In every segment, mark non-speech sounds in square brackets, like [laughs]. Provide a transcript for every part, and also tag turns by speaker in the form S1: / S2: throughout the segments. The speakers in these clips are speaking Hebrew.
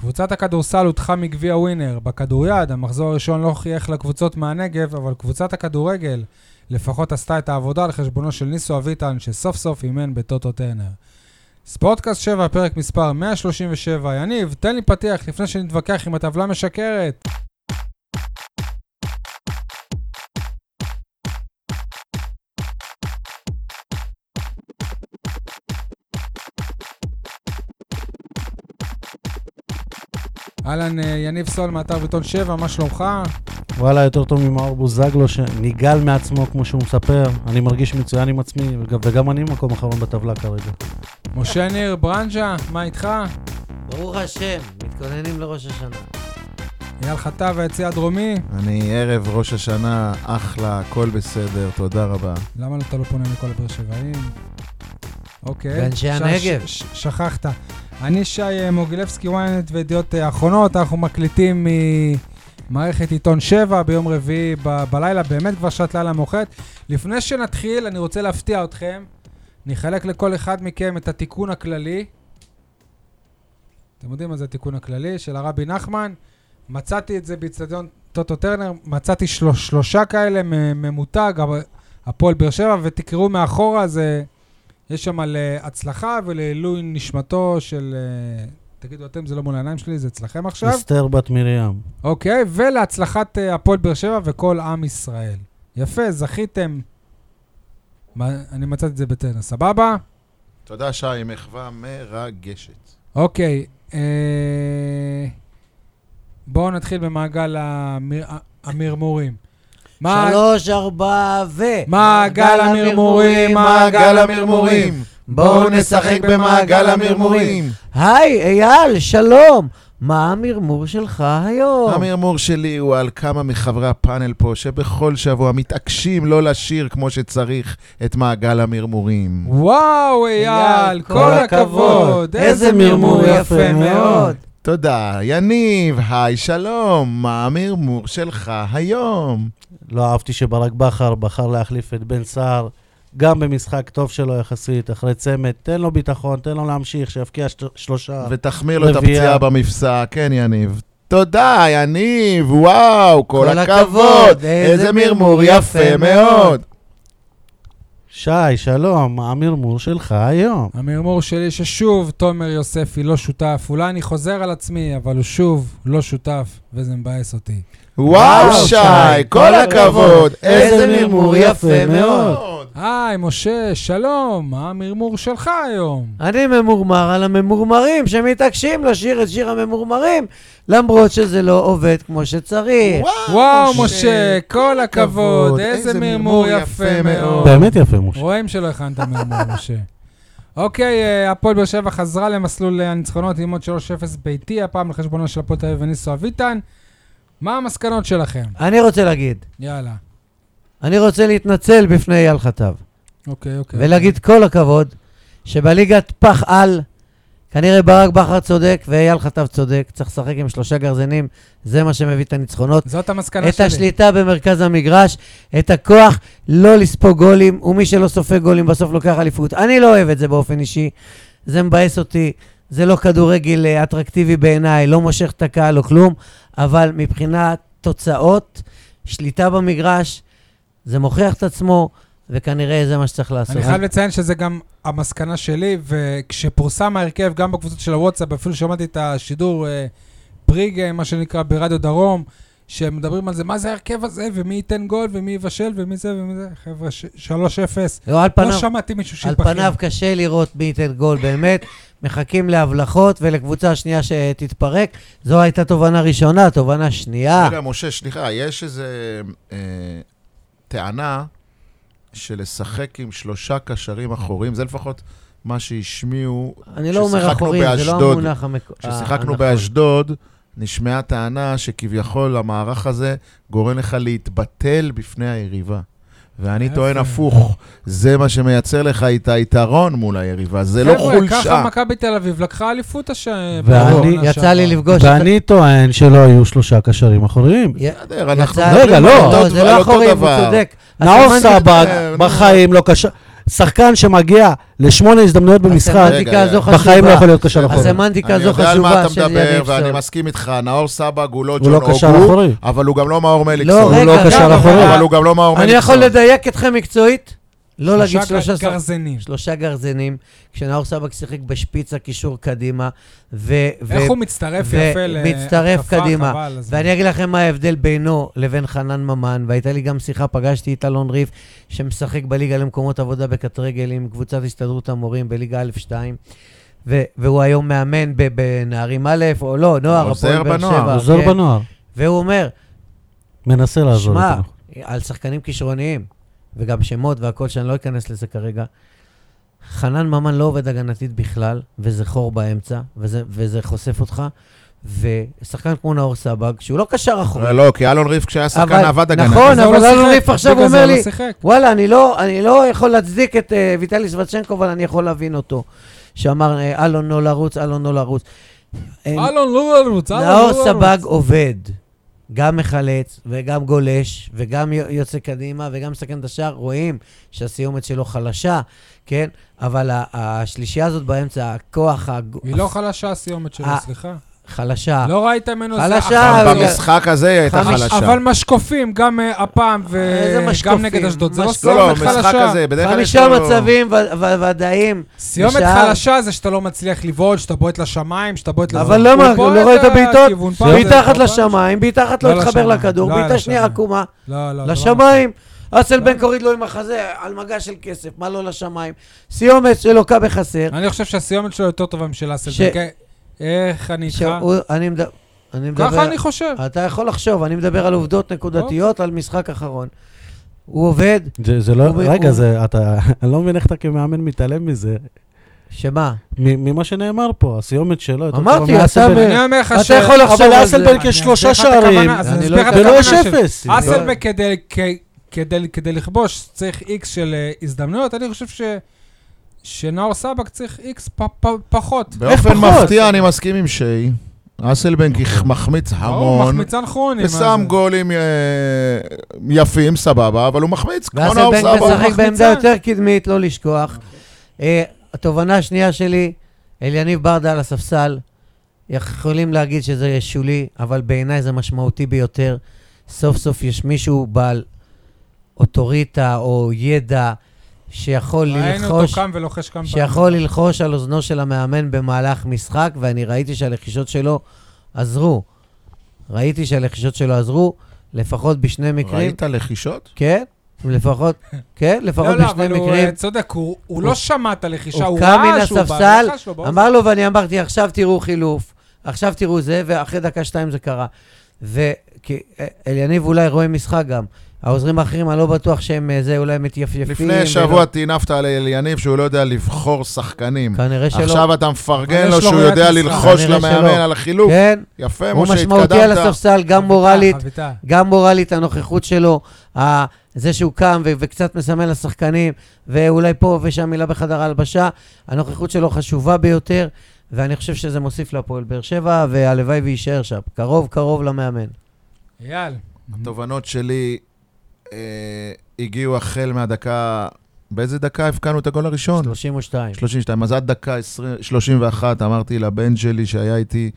S1: קבוצת הכדורסל הודחה מגביע ווינר. בכדוריד, המחזור הראשון לא חייך לקבוצות מהנגב, אבל קבוצת הכדורגל לפחות עשתה את העבודה על חשבונו של ניסו אביטן, שסוף סוף אימן בטוטו טרנר. ספורטקאסט 7, פרק מספר 137. יניב, תן לי פתיח לפני שנתווכח אם הטבלה משקרת. אהלן, אה, יניב סול מאתר ביטון 7, מה שלומך?
S2: וואלה, יותר טוב ממאור בוזגלו שניגל מעצמו כמו שהוא מספר. אני מרגיש מצוין עם עצמי, וגם, וגם אני מקום אחרון בטבלה כרגע.
S1: משה ניר ברנז'ה, מה איתך?
S3: ברוך השם, מתכוננים לראש השנה.
S1: אייל חטא והיציא הדרומי,
S4: אני ערב ראש השנה, אחלה, הכל בסדר, תודה רבה.
S1: למה אתה לא פונה לכל הבאר שבעים? אוקיי.
S3: ואנשי
S1: ש-
S3: הנגב.
S1: ש- ש- שכחת. אני שי אה, מוגילבסקי, ynet וידיעות אה, אחרונות, אנחנו מקליטים ממערכת עיתון 7 ביום רביעי ב- בלילה, באמת כבר שעת לילה מאוחרת. לפני שנתחיל, אני רוצה להפתיע אתכם. נחלק לכל אחד מכם את התיקון הכללי. אתם יודעים מה זה התיקון הכללי של הרבי נחמן. מצאתי את זה באיצטדיון טוטו טרנר, מצאתי של... שלושה כאלה מ- ממותג, אבל- הפועל באר שבע, ותקראו מאחורה, זה... יש שם על אה, הצלחה ולעילוי נשמתו של... אה, תגידו אתם, זה לא מול העיניים שלי, זה אצלכם עכשיו.
S2: אסתר בת מרים.
S1: אוקיי, ולהצלחת אה, הפועל באר שבע וכל עם ישראל. יפה, זכיתם. מה, אני מצאתי את זה בטנא, סבבה?
S4: תודה, שי, מחווה מרגשת.
S1: אוקיי, אה... בואו נתחיל במעגל המר... המרמורים. מה-
S3: שלוש, ארבע, ו...
S1: מעגל המרמורים, מעגל המרמורים.
S3: בואו נשחק במעגל המרמורים. היי, אייל, שלום. מה המרמור שלך היום?
S4: המרמור שלי הוא על כמה מחברי הפאנל פה שבכל שבוע מתעקשים לא לשיר כמו שצריך את מעגל המרמורים.
S1: וואו, אייל, כל הכבוד.
S3: איזה מרמור יפה מאוד.
S4: תודה, יניב, היי, שלום, מה המרמור שלך היום?
S2: לא אהבתי שברק בכר בחר להחליף את בן סער, גם במשחק טוב שלו יחסית, אחרי צמד. תן לו ביטחון, תן לו להמשיך, שיבקיע של- שלושה.
S4: ותחמיר לו את
S2: רביעייה.
S4: הפציעה במפסע, כן, יניב. תודה, יניב, וואו, כל
S3: כל
S4: הכבוד,
S3: הכבוד,
S4: איזה
S3: איזה
S4: מרמור יפה מאוד.
S2: שי, שלום, מה המרמור שלך היום?
S1: המרמור שלי ששוב תומר יוספי לא שותף. אולי אני חוזר על עצמי, אבל הוא שוב לא שותף, וזה מבאס אותי.
S4: וואו, שי, כל הכבוד, איזה
S3: מרמור יפה מאוד.
S4: מאוד.
S1: היי, משה, שלום, מה המרמור שלך היום?
S3: אני ממורמר על הממורמרים שמתעקשים לשיר את שיר הממורמרים, למרות שזה לא עובד כמו שצריך.
S1: וואו, אה, משה, כל הכבוד,
S4: הכבוד,
S1: איזה מרמור יפה מאוד.
S2: באמת יפה, משה.
S1: רואים שלא הכנת מרמור, משה. אוקיי, אה, הפועל באר שבע חזרה למסלול אה, הניצחונות עם עוד 3-0 ביתי, הפעם לחשבונו של הפועל תל אביב וניסו אביטן. מה המסקנות שלכם?
S3: אני רוצה להגיד,
S1: יאללה.
S3: אני רוצה להתנצל בפני אייל חטב,
S1: אוקיי, אוקיי.
S3: ולהגיד כל הכבוד, שבליגת פח על, כנראה ברק בכר צודק ואייל חטב צודק, צריך לשחק עם שלושה גרזנים, זה מה שמביא את הניצחונות.
S1: זאת המסקנה
S3: את
S1: שלי.
S3: השליטה במרכז המגרש, את הכוח לא לספוג גולים, ומי שלא סופג גולים בסוף לוקח אליפות. אני לא אוהב את זה באופן אישי, זה מבאס אותי, זה לא כדורגל אה, אטרקטיבי בעיניי, לא מושך את הקהל או כלום, אבל מבחינת תוצאות, שליטה במגרש, זה מוכיח את עצמו, וכנראה זה מה שצריך לעשות.
S1: אני חייב לציין שזה גם המסקנה שלי, וכשפורסם ההרכב, גם בקבוצות של הוואטסאפ, אפילו שמעתי את השידור אה, פריגה, מה שנקרא, ברדיו דרום, שמדברים על זה, מה זה ההרכב הזה, ומי ייתן גול, ומי יבשל, ומי זה, ומי זה, חבר'ה, ש- 3-0.
S3: לא, על
S1: לא
S3: פניו,
S1: שמעתי מישהו
S3: על
S1: שהתבכיין.
S3: פניו קשה לראות מי ייתן גול באמת, מחכים להבלחות ולקבוצה השנייה שתתפרק. זו הייתה תובנה ראשונה, תובנה שנייה.
S4: רגע, משה, סליחה, יש איזו טענה שלשחק עם שלושה קשרים אחורים, זה לפחות מה שהשמיעו
S3: אני לא אומר
S4: כששיחקנו
S3: אחורים, זה לא
S4: באשדוד,
S3: המונח המקורי.
S1: אה,
S4: כששיחקנו
S1: נכון.
S4: באשדוד, נשמעה טענה שכביכול המערך הזה גורם לך להתבטל בפני היריבה. ואני
S1: יפה.
S4: טוען הפוך, זה מה שמייצר לך את היתרון מול היריבה, זה לא
S1: חבר'ה, ככה
S4: חולשה.
S1: מכבי תל אביב לקחה אליפות השנה.
S2: ואני-
S3: יצא לי לפגוש...
S2: לא, נכון. ואני טוען שלא היו שלושה קשרים אחוריים.
S3: י-
S4: בסדר, אנחנו
S3: יצא-
S2: רגע,
S4: מדברים על
S2: לא,
S4: אותו
S3: זה לא
S4: דבר- על אותו
S3: אחורים, הוא
S4: דבר.
S3: צודק.
S2: נאור
S3: הסימן-
S2: סבג
S4: נו.
S2: בחיים לא קשר... שחקן שמגיע לשמונה הזדמנויות במשחק,
S4: רגע,
S3: הסמנטיקה הזו
S4: רגע.
S3: חשובה.
S2: בחיים לא יכול להיות קשר אחורי.
S3: הסמנטיקה
S4: אני
S3: הזו
S4: יודע על מה
S3: חשובה
S4: אתה
S3: של
S4: מדבר,
S3: יניב
S4: ואני
S3: סול.
S4: מסכים איתך. נאור סבג הוא לא
S2: הוא לא
S4: ג'ון
S2: קשר
S4: אוגו,
S2: אחורי.
S4: אבל הוא גם לא מאור
S3: לא,
S4: מליקסון.
S2: הוא
S3: רגע,
S2: לא
S3: רגע,
S2: קשר
S3: רגע.
S2: אחורי.
S4: אבל הוא גם לא מאור
S3: אני יכול
S4: מליקסון.
S3: לדייק אתכם מקצועית? לא להגיד
S1: שלושה
S3: שלושה שחקנים.
S1: גרזנים.
S3: שלושה גרזנים, כשנאור סבק שיחק בשפיץ הקישור קדימה, ו... ו-
S1: איך הוא מצטרף יפה
S3: ומצטרף
S1: להתקפה,
S3: קדימה.
S1: חבל על הזמן.
S3: ואני אגיד לכם מה ההבדל בינו לבין חנן ממן, והייתה לי גם שיחה, פגשתי את אלון ריף, שמשחק בליגה למקומות עבודה בקט רגל עם קבוצת הסתדרות המורים בליגה א'2, ו- והוא היום מאמן ב- בנערים א', או לא, נוער,
S4: עוזר
S3: הפועל באר
S4: בנוער,
S3: שבע.
S2: עוזר
S3: כן.
S2: בנוער,
S3: והוא אומר,
S2: מנסה לעזור.
S3: שמע,
S2: אותנו.
S3: על שחקנים כישרוניים, וגם שמות והכל, שאני לא אכנס לזה כרגע. חנן ממן לא עובד הגנתית בכלל, וזה חור באמצע, וזה, וזה חושף אותך. ושחקן כמו נאור סבג, שהוא לא קשר אחורי.
S4: לא, כי אלון ריף כשהיה שחקן עבד הגנה.
S3: נכון,
S1: בגלל זה הוא
S3: אבל
S1: לא
S3: אלון
S1: שיחק,
S3: ריף עכשיו
S1: בגלל זה
S3: אומר
S1: הוא לא
S3: לי,
S1: שיחק.
S3: וואלה, אני לא, אני לא יכול להצדיק את uh, ויטלי סבצ'נקו, אבל אני יכול להבין אותו. שאמר, אה, אלון לא לרוץ, אלון לא לרוץ. אה, אין-
S1: אלון לא לרוץ, אלון לא
S3: נאור
S1: לרוץ.
S3: סבג עובד. גם מחלץ, וגם גולש, וגם יו- יוצא קדימה, וגם מסכן את השער. רואים שהסיומת שלו חלשה, כן? אבל ה- השלישייה הזאת באמצע, הכוח, הג...
S1: היא לא חלשה הסיומת שלו,
S3: אה,
S1: סליחה.
S3: חלשה.
S1: לא ראית ממנו... זה
S3: חלשה,
S1: אחת.
S3: אבל-
S4: במשחק הזה היא הייתה
S3: אה, חמיש-
S4: חלשה.
S1: אבל משקופים, גם אה, הפעם
S3: איזה
S1: וגם
S3: משקופים?
S1: נגד אשדוד. זה לא
S3: משקופים.
S4: לא, לא,
S1: סיומת
S4: המשחק
S1: חלשה.
S4: הזה, בדרך כלל יש
S3: חמישה
S4: לו...
S3: מצבים ו- ו- ודאיים.
S1: סיומת
S3: בשער.
S1: חלשה זה שאתה לא מצליח לבעוט, שאתה בועט לשמיים, שאתה בועט לזה.
S3: אבל למה?
S1: הוא
S3: לא
S1: בועט
S3: ראית בעיטות?
S1: לכיוון פעם,
S3: בעיטה אחת
S1: פעם.
S3: לשמיים, בעיטה אחת
S1: לא
S3: לא התחבר
S1: לשמיים,
S3: לכדור,
S1: לא
S3: בעיטה
S1: לשמיים.
S3: שנייה עקומה.
S1: לא, לא.
S3: לשמיים. אסל
S1: לא.
S3: בן קוריד לו עם החזה, על מגע של כסף, מה לא לשמיים? סיומת שלוקה בחסר.
S1: דבר. אני חושב שהסיומת שלו יותר טובה משל אסל.
S3: ש-
S1: בן. איך אני איתך?
S3: שהוא- אני מד- אני מדבר...
S1: ככה אני חושב.
S3: אתה יכול לחשוב, אני מדבר על עובדות
S1: אוקיי.
S3: נקודתיות, על משחק אחרון. הוא עובד,
S2: זה זה לא,
S3: הוא-
S2: רגע,
S3: הוא-
S2: זה, אתה, [laughs] אני לא מבין איך אתה כמאמן מתעלם מזה,
S3: שמה?
S2: מ- ממה שנאמר פה, הסיומת שלו. יותר
S3: אמרתי,
S2: טובה מאסל
S3: אתה
S2: בן-
S3: ב-
S1: אני אומר לך
S3: אתה
S1: ש...
S3: יכול לחשוב
S2: אבל
S3: על זה.
S2: לאסלבנק
S1: אני
S2: יש שלושה
S1: אסביר לך את
S2: שערים,
S1: הכוונה, אז
S3: אני
S1: אני
S3: לא
S1: אסביר לך את
S2: ולא יש
S1: הכוונה של-
S2: אפס.
S1: אסלבק כדי, כ- כדי, כדי לכבוש צריך איקס של אה, הזדמנויות, אני חושב ש, שנאור סבק צריך איקס פ, פ, פחות.
S4: באופן
S2: פחות?
S4: מפתיע אני מסכים עם שי. אסלבנק מחמיץ
S1: הוא
S4: המון.
S1: מחמיצן כרוני. מה
S4: ושם
S1: זה?
S4: גולים אה, יפים, סבבה, אבל הוא מחמיץ, כמו
S1: נכון,
S3: ואסל
S4: נאור
S3: בן
S4: סבא.
S1: הוא
S3: משחק בעמדה
S1: מחמיצן.
S3: יותר קדמית, לא לשכוח. אה, התובנה השנייה שלי, אליניב ברדה על הספסל, יכולים להגיד שזה שולי, אבל בעיניי זה משמעותי ביותר. סוף סוף יש מישהו בעל אוטוריטה או ידע שיכול
S1: ראינו אותו
S3: ללחוש...
S1: קם ולוחש כמה פעמים.
S3: שיכול ללחוש על אוזנו של המאמן במהלך משחק, ואני ראיתי שהלחישות שלו עזרו. ראיתי שהלחישות שלו עזרו, לפחות בשני מקרים.
S4: ראית לחישות?
S3: כן,
S1: [laughs]
S3: לפחות, כן, לפחות
S1: לא, לא,
S3: בשני
S1: אבל הוא
S3: מקרים.
S1: אה, צודק, הוא, הוא לא שמע את הלחישה, הוא
S3: הוא קם מן
S1: ראה שהוא בא,
S3: הספסל,
S1: לחש לו באוזן.
S3: אמר לו, ואני אמרתי, עכשיו תראו חילוף, עכשיו תראו זה, ואחרי דקה-שתיים זה קרה. ואליניב אולי רואה משחק גם. העוזרים האחרים, אני לא בטוח שהם אה, זה, אולי הם מתייפייפים.
S4: לפני שבוע טינפת על יניב שהוא לא יודע לבחור שחקנים.
S3: ולא- כנראה שלא.
S4: עכשיו אתה מפרגן
S1: אבל
S4: לו
S1: יש לו
S4: שהוא
S1: ראיית
S4: יודע
S1: משחק.
S4: ללחוש
S3: כנראה
S4: למאמן
S3: שלא.
S4: על החילוף.
S3: כן,
S4: יפה,
S3: הוא
S4: משה,
S3: משמעותי על
S4: התקדמת.
S3: הספסל, גם
S1: חביתה,
S3: מורלית,
S1: חביתה.
S3: גם מורלית, הנוכחות שלו, ה- זה שהוא קם ו- וקצת מסמן לשחקנים, ואולי פה ושם מילה בחדר ההלבשה, הנוכחות שלו חשובה ביותר, ואני חושב שזה מוסיף להפועל באר שבע, והלוואי ויישאר שם. קרוב קרוב למאמן.
S1: אייל.
S4: התובנות שלי אה, הגיעו החל מהדקה... באיזה דקה הבקענו את הגול הראשון?
S3: 32.
S4: 32. אז עד דקה 20, 31 אמרתי לבן שלי שהיה איתי,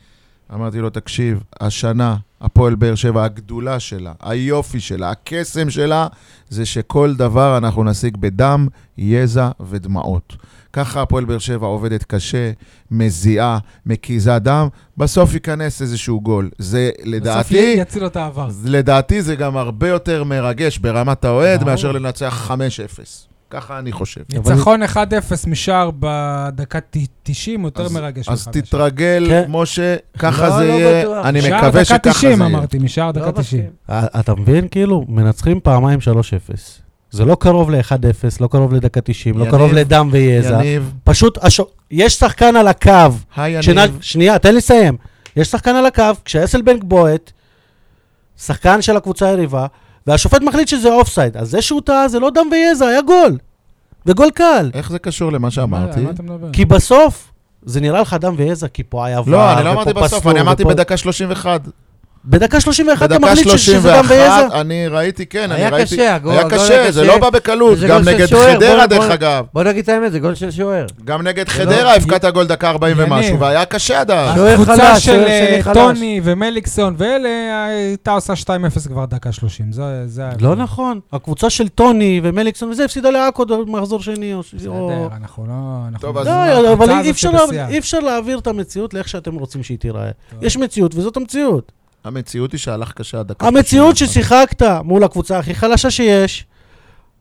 S4: אמרתי לו, תקשיב, השנה, הפועל באר שבע, הגדולה שלה, היופי שלה, הקסם שלה, זה שכל דבר אנחנו נשיג בדם, יזע ודמעות. ככה הפועל באר שבע עובדת קשה, מזיעה, מקיזה דם, בסוף ייכנס איזשהו גול. זה
S1: בסוף
S4: לדעתי...
S1: יציל לו את העבר.
S4: אז לדעתי זה גם הרבה יותר מרגש ברמת האוהד
S1: ברור.
S4: מאשר לנצח 5-0. ככה אני חושב.
S1: ניצחון 1-0 משער בדקה ת- 90 יותר
S4: אז-
S1: מרגש
S4: אז
S1: מ-5-0.
S4: תתרגל,
S2: כן.
S4: משה,
S3: לא,
S4: ככה זה
S3: לא
S4: יהיה.
S3: בטוח.
S4: אני
S1: משער
S4: מקווה
S1: דקה
S4: שככה זה
S1: 90
S4: יהיה.
S1: אמרתי, משער
S3: לא
S1: דקה 90.
S3: מסכים.
S2: אה, אתה מבין? כאילו, מנצחים פעמיים 3-0. זה לא קרוב ל-1-0, לא קרוב לדקה 90, לא
S4: יניב,
S2: קרוב לדם ויזע.
S4: יניב,
S2: פשוט, השו- יש שחקן על הקו.
S4: היי
S2: שנ...
S4: יניב.
S2: שנייה, תן לי לסיים. יש שחקן על הקו, כשאסלבנק בועט, שחקן של הקבוצה היריבה, והשופט מחליט שזה אופסייד. אז זה שהוא טעה זה לא דם ויזע, היה גול. וגול קל.
S4: איך זה קשור למה שאמרתי?
S1: על מה אתה מדבר?
S2: כי בסוף, זה נראה לך דם ויזע, כי פה היה עבר,
S4: לא, אני לא אמרתי
S2: ופה
S4: בסוף,
S2: פסלו,
S4: אני אמרתי
S2: ופה-
S4: בדקה 31.
S2: בדקה 31 אתה
S4: בדקה
S2: מחליט שזה דם
S4: 31,
S2: ביזע?
S4: אני ראיתי, כן, אני
S3: היה
S4: ראיתי...
S3: קשה, הגול-
S4: היה
S3: הגול
S4: קשה,
S3: היה
S4: זה
S3: קשה.
S4: לא בא בקלות,
S3: וזה
S4: גם
S3: גול של
S4: נגד
S3: שוער,
S4: חדרה,
S3: בוא-
S4: דרך
S3: בוא-
S4: אגב.
S3: בוא נגיד את האמת, זה גול של שוער.
S4: גם נגד
S1: זה לא-
S4: חדרה הבקעת גול דקה 40 ומשהו,
S1: יניב.
S4: והיה קשה עד אז.
S3: שוער
S1: הקבוצה
S3: לא חלש,
S1: של
S3: שוער שני
S1: אה,
S3: חלש.
S1: טוני ומליקסון ואלה, אה, הייתה עושה 2-0 כבר דקה 30. זה זה היה...
S2: לא נכון. הקבוצה של טוני ומליקסון וזה הפסידה לעכו במחזור שני. או- או-
S1: בסדר, אנחנו לא... אנחנו
S4: טוב, אז-
S2: לא, אבל
S1: הקבוצה
S2: אי
S1: הזאת
S2: אפשר
S1: בשיאה.
S2: לה- אי אפשר להעביר את המציאות לאיך שאתם רוצים שהיא תיראה.
S1: טוב.
S2: יש מציאות וזאת המציאות.
S4: המציאות היא שהלך קשה עד דקה.
S2: המציאות
S4: 31.
S2: ששיחקת מול הקבוצה הכי חלשה שיש,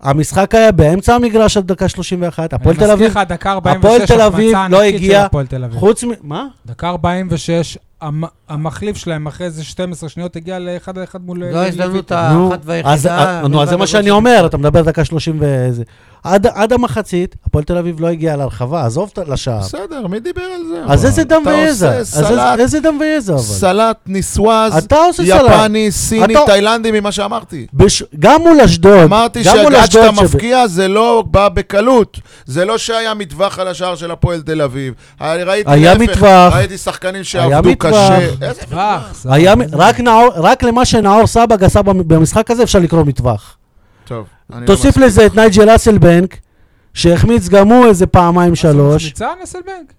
S2: המשחק היה באמצע המגרש עד דקה 31, הפועל תל
S1: אני
S2: אביב,
S1: מזכיר לך, דקה
S2: הפועל
S1: 46,
S2: תל אביב
S1: החמצה
S2: לא
S1: ענקית של
S2: הגיע.
S1: הפועל תל אביב.
S2: חוץ מ... מה?
S1: דקה 46, המ- המחליף שלהם אחרי איזה 12 שניות הגיע לאחד על אחד מול... אה,
S3: זו ההזדמנות
S4: אה,
S1: לויטה.
S2: נו,
S3: האחת
S2: אז-
S3: והיחידה.
S2: אה, נו, אז זה מה שאני אומר, אתה מדבר דקה 30 ואיזה. עד- עד המחצית, הפועל תל אביב לא הגיעה לרחבה, עזוב את- לשער.
S4: בסדר, מי דיבר על זה?
S2: אז
S4: אבל?
S2: איזה דם
S4: אתה
S2: ויזע?
S4: עושה
S2: אז
S4: סלט-
S2: איזה- איזה דם ויזע אבל?
S4: סלט ניסואז,
S2: אתה עושה סלט.
S4: יפני, סיני,
S2: אתה-
S4: תאילנדי ממה שאמרתי.
S2: בש- גם מול אשדוד,
S4: אמרתי
S2: גם לא מול
S4: שעד שאתה
S2: אשדוד, שב-
S4: מפקיע זה לא בא בקלות. זה לא שהיה מטווח על השער של הפועל תל אביב. היה- ראיתי
S2: היה
S4: להפך,
S2: מטווח.
S4: ראיתי שחקנים
S2: היה
S4: שעבדו
S2: מטווח.
S4: קשה. איזה-
S1: טווח, זה-
S4: אה,
S2: היה מ- רק נאור- רק למה שנאור סבג עשה במ- במשחק הזה אפשר לקרוא מטווח.
S4: טוב, אני לא
S2: תוסיף
S4: מסכים.
S2: לזה את נייג'ל אסלבנק, שהחמיץ גם הוא איזה פעמיים
S4: לא
S2: שלוש.
S1: ניצן אסלבנק?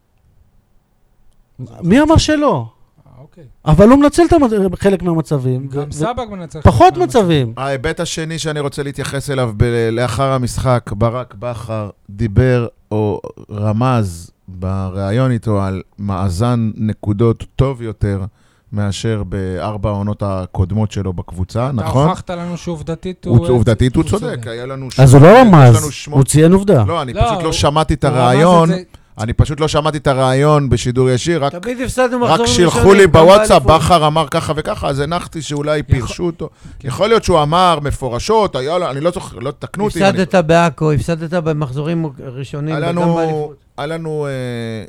S2: מי אמר שלא?
S1: אה, אוקיי.
S2: אבל הוא מנצל את המצ- חלק מהמצבים. ו-
S1: גם
S2: ו-
S1: סבג מנצח.
S2: פחות
S1: מהמצב.
S2: מצבים.
S4: ההיבט השני שאני רוצה להתייחס אליו ב- לאחר המשחק, ברק בכר דיבר או רמז בריאיון איתו על מאזן נקודות טוב יותר מאשר בארבע העונות הקודמות שלו בקבוצה, נכון?
S1: אתה הוכחת לנו שעובדתית
S4: הוא עובדתית, הוא
S1: הוא אה, צודק.
S4: צודק, היה לנו...
S2: אז הוא לא
S4: יש לנו
S2: רמז,
S4: שמונה-
S2: הוא ציין עובדה.
S4: לא, אני
S1: לא,
S4: פשוט לא
S1: הוא-
S4: שמעתי את
S1: הוא רמז
S4: הרעיון,
S1: את זה-
S4: אני פשוט לא שמעתי את הרעיון בשידור ישיר, רק-
S3: תמיד הפסדנו מחזור
S4: רק שילחו
S3: ראשון,
S4: לי
S3: גם
S4: בוואטסאפ,
S3: באליפות.
S4: בכר אמר ככה וככה, אז הנחתי שאולי פירשו אותו. יכול להיות שהוא אמר מפורשות, היה לו, אני לא זוכר, לא תקנו אותי. אם אני-
S3: הפסדת בעכו, הפסדת במחזורים ראשונים,
S4: היה
S3: וגם
S4: לנו-
S3: באליפות.
S4: היה לנו אה,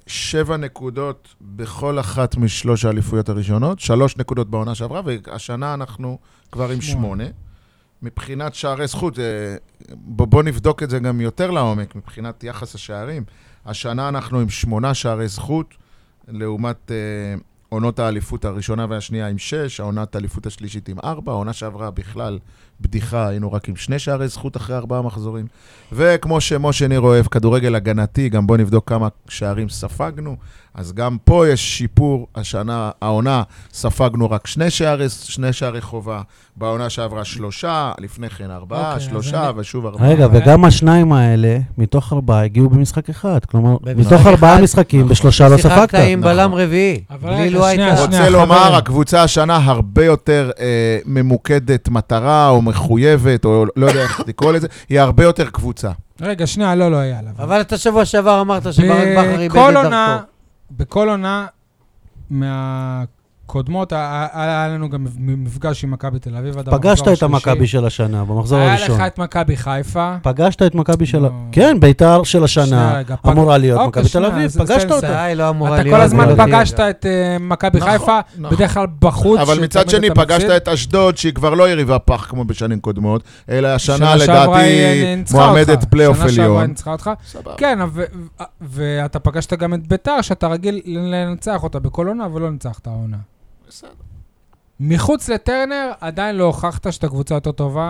S4: שבע נקודות בכל אחת משלוש האליפויות הראשונות, שלוש נקודות בעונה שעברה, והשנה אנחנו כבר עם
S1: שמונה.
S4: שמונה. מבחינת שערי זכות, אה, בוא בוא נבדוק את זה גם יותר לעומק, מבחינת יחס השערים. השנה אנחנו עם שמונה שערי זכות, לעומת אה, עונות האליפות הראשונה והשנייה עם שש, העונת האליפות השלישית עם ארבע, העונה שעברה בכלל בדיחה, היינו רק עם שני שערי זכות אחרי ארבעה מחזורים. וכמו שמשה ניר אוהב, כדורגל הגנתי, גם בוא נבדוק כמה שערים ספגנו. אז גם פה יש שיפור השנה, העונה, ספגנו רק שני שערי, שני שערי חובה. בעונה שעברה שלושה, לפני כן ארבעה,
S1: אוקיי, אז
S4: שלושה,
S1: אני-
S4: ושוב ארבעה.
S2: רגע,
S1: אבל-
S2: וגם השניים האלה, מתוך ארבעה הגיעו במשחק אחד. כלומר,
S3: במשחק
S2: מתוך ארבעה
S3: אחד.
S2: משחקים, בשלושה לא
S3: שיחקת
S2: ספגת.
S3: עם
S4: נכון.
S3: בלם רביעי.
S1: אבל
S3: בלי
S1: רגע,
S3: לו
S1: שנייה,
S3: הייתה...
S1: אה, שנייה.
S4: רוצה לומר,
S1: חברים.
S4: הקבוצה השנה הרבה יותר אה, ממוקדת מטרה, או מחויבת, או לא יודע איך לקרוא לזה, היא הרבה יותר קבוצה.
S1: רגע, שנייה, לא, לא היה עליו.
S3: אבל אתה שבוע שעבר אמרת שברק בכר איבד את
S1: בכל עונה,
S3: דרכו.
S1: בכל עונה מהקודמות, ה- ה- היה לנו גם מפגש עם מכבי תל אביב. עד
S2: פגשת
S1: המחזור
S2: את
S1: השלישי.
S2: המכבי של השנה, במחזור
S1: היה
S2: הראשון.
S1: לך את מכבי חיפה.
S2: פגשת את מכבי של... ה-
S1: נו.
S2: כן, ביתר של
S1: שנייה,
S2: השנה
S1: רגע, פג-
S2: אמורה להיות
S1: אוקיי,
S2: מכבי תל
S1: שנייה,
S3: אה,
S2: אביב,
S1: אז
S2: פגשת
S1: בסדר,
S2: אותה.
S3: ההצעה היא לא אמורה
S1: אתה
S3: להיות.
S1: כל הזמן
S3: ולא תהיה
S1: פגשת
S3: גם.
S1: את אה, מכבי
S4: נכון,
S1: חיפה,
S4: נכון.
S1: בדרך כלל בחוץ.
S4: אבל מצד
S1: שתמיד
S4: שני,
S1: אתה
S4: פגשת
S1: מפסיד.
S4: את אשדוד, שהיא כבר לא יריבה פח כמו בשנים קודמות, אלא השנה
S1: שנה שעברה היא אה,
S4: לדעתי
S1: ניצחה
S4: מועמדת
S1: אותך.
S4: פלייאוף
S1: שנה שעברה היא
S4: עליון.
S1: ניצחה אותך.
S4: סבבה.
S1: כן, ו- ו- ואתה פגשת גם את ביתר, שאתה רגיל לנצח אותה בכל עונה, ולא ניצחת העונה.
S4: בסדר.
S1: מחוץ לטרנר, עדיין לא הוכחת שאתה קבוצה יותר טובה,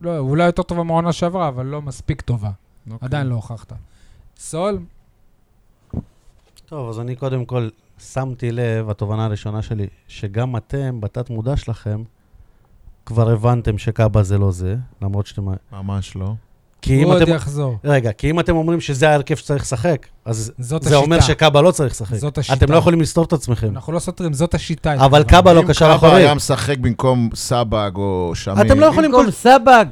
S1: לא, אולי יותר טובה מהעונה שעברה, אבל לא מספיק טובה.
S4: אוקיי.
S1: עדיין לא הוכחת. סול,
S2: טוב, אז אני קודם כל שמתי לב, התובנה הראשונה שלי, שגם אתם, בתת מודע שלכם, כבר הבנתם שקאבה זה לא זה, למרות שאתם...
S4: ממש לא.
S2: כי אם
S1: הוא עוד
S2: אתם...
S1: יחזור.
S2: רגע, כי אם אתם אומרים שזה ההרכב שצריך לשחק, אז
S1: זאת
S2: זה אומר
S1: השיטה.
S2: שקאבה לא צריך לשחק.
S1: זאת השיטה.
S2: אתם לא יכולים לסתור את עצמכם.
S1: אנחנו לא סותרים, זאת השיטה.
S2: אבל
S1: התכוונו.
S2: קאבה לא
S4: אם
S2: קשר
S4: קאבה
S2: אחורי.
S4: היה משחק במקום סבג או שמיר.
S2: אתם לא יכולים-
S3: במקום סבג,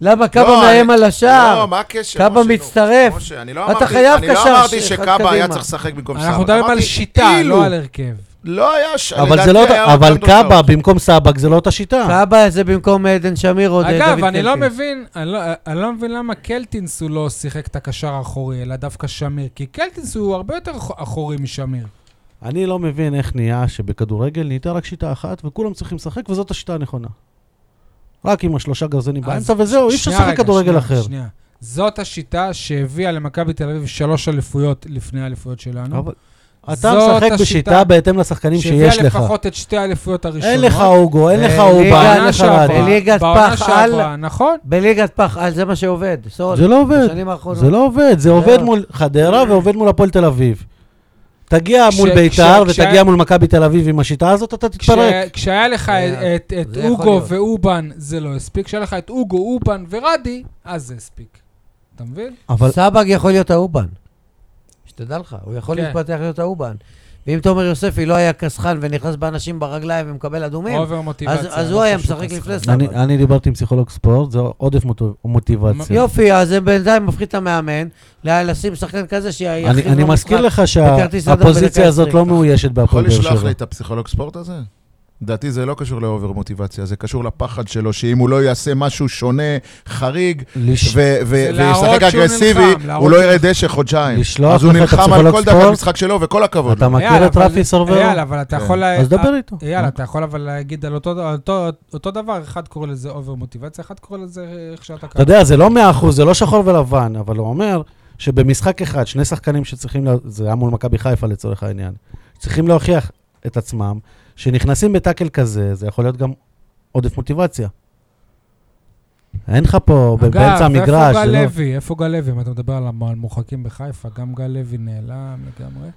S3: למה
S4: לא,
S3: קאבה מאיים
S4: אני-
S3: על השער?
S4: לא, מה הקשר?
S3: קאבה
S4: משה, נו,
S3: מצטרף.
S4: משה, אני לא
S3: אתה
S4: אמרתי-
S3: חייב
S4: אני לא
S3: קשר
S4: אמרתי
S3: ש-
S4: שקאבה היה
S3: קדימה.
S4: צריך לשחק במקום סבג.
S1: אנחנו מדברים על
S4: אמרתי, כאילו.
S1: שיטה,
S4: אילו
S1: לא על הרכב.
S4: לא היה... ש-
S2: אבל זה
S4: לדעתי
S2: לא...
S4: היה
S2: אותה-
S4: אותן
S2: אבל
S4: תוצאות.
S2: קאבה במקום סבק זה לא אותה שיטה.
S3: קאבה זה במקום אה, עדן שמיר
S2: אה,
S3: או דוד קלפי.
S1: אגב, אני לא מבין, אני לא- אני לא מבין למה קלטינס הוא לא שיחק את הקשר האחורי, אלא דווקא שמיר, כי קלטינס הוא הרבה יותר אח- אחורי משמיר.
S2: אני לא מבין איך נהיה שבכדורגל נהייתה רק שיטה אחת וכולם צריכים לשחק וזאת השיטה הנכונה. רק עם השלושה גרזנים
S1: אז-
S2: באמצע וזהו, לא, אי אפשר
S1: שנייה
S2: לשחק
S1: רגע,
S2: כדורגל
S1: שנייה,
S2: אחר.
S1: שנייה. זאת השיטה שהביאה למכבי תל אביב שלוש אליפויות לפני האליפויות שלנו.
S2: אבל- אתה
S1: זאת
S2: משחק
S1: השיטה
S2: בשיטה בהתאם לשחקנים
S1: שהביאה
S2: שיש לך.
S1: לפחות את שתי האליפויות הראשונות.
S2: אין לך אוגו, אין לך
S3: אה,
S2: אובן,
S3: ליגה
S2: אין לך
S1: שעברה-
S2: רדי.
S3: בליגת
S1: בעונה
S3: פח,
S1: שעברה, נכון.
S3: בליגת פח, על זה מה שעובד.
S1: אה,
S3: סול.
S2: זה לא עובד.
S3: בשנים האחרונות.
S2: זה לא עובד, זה עובד
S3: זהו.
S2: מול חדרה ועובד מול הפועל תל אביב. תגיע
S1: כש-
S2: מול
S1: כש-
S2: ביתר
S1: כש-
S2: ותגיע מול מכבי תל אביב עם השיטה הזאת, אתה
S1: כש- אה,
S2: תתפרק.
S1: כשהיה לך
S2: אה,
S3: זה-
S1: את- את
S3: זה יכול
S1: אוגו
S3: להיות.
S1: ואובן, זה לא הספיק. כשהיה לך את אוגו, אובן ורדי, אז זה הספיק. אתה מבין?
S2: לא- אבל
S3: סבג יכול להיות האובן. שתדע לך, הוא יכול
S1: כן.
S3: להתפתח להיות האובן. ואם תומר יוספי לא היה כסחן ונכנס באנשים ברגליים ומקבל אדומים,
S1: אובר
S3: אז,
S1: מוטיבציה.
S3: אז
S1: לא
S3: הוא היה
S1: חשוב
S3: משחק
S1: ככה.
S3: לפני סבג.
S2: אני-
S1: אה.
S2: אני דיברתי עם פסיכולוג ספורט, זה עודף מוטו-
S1: אוקיי.
S2: מוטיבציה.
S3: יופי, אז זה בינתיים מפחית את המאמן, ל- לשים שחקן כזה שיכריז
S2: אני אני מזכיר לך
S3: בכרטיס אדום בדקה
S2: שהפוזיציה הזאת
S3: עשרים.
S2: לא מאוישת
S4: יכול
S2: בהפועל באר
S4: לשלוח
S2: שבע.
S4: לי את הפסיכולוג ספורט הזה? לדעתי זה לא קשור לאובר מוטיבציה, זה קשור לפחד שלו, שאם הוא לא יעשה משהו שונה, חריג,
S2: לש-
S4: ו- ו-
S1: זה להראות
S4: וישחק
S1: שהוא
S4: אגרסיבי,
S1: נלחם, להראות
S4: הוא לא
S1: שהוא
S4: יראה דשא חודשיים.
S2: לשלוח
S4: אז הוא
S2: לך את
S4: נלחם על
S2: הפסיכולוג
S4: כל דקה
S2: ספורט?
S4: במשחק שלו, וכל הכבוד
S2: אתה
S4: לו.
S2: מכיר
S1: אייל,
S2: את
S1: אבל
S2: רפי
S1: זה-
S2: סרברו?
S1: אייל, אבל אתה
S4: כן.
S1: יכול... לה- אה,
S2: אז דבר אה? איתו.
S1: אייל, אתה יכול אבל להגיד על אותו- אותו- אותו דבר, אחד קורא לזה אובר מוטיבציה, אחד קורא לזה אה, איך שאתה
S2: אתה
S1: קרא.
S2: יודע, זה לא 100%, זה לא שחור ולבן, אבל הוא אומר שבמשחק אחד, שני שחקנים שצריכים, לה... זה היה מול מכבי חיפה לצורך העניין, צריכים להוכיח את עצמם, שנכנסים בטאקל כזה, זה יכול להיות גם עודף מוטיבציה. אין לך פה, ב- באמצע
S1: אגב,
S2: המגרש,
S1: איפה
S2: זה
S1: גל
S2: לא...
S1: לוי? איפה גל לוי? אם אתה מדבר על המ- על מורחקים בחיפה, גם גל לוי נעלם לגמרי.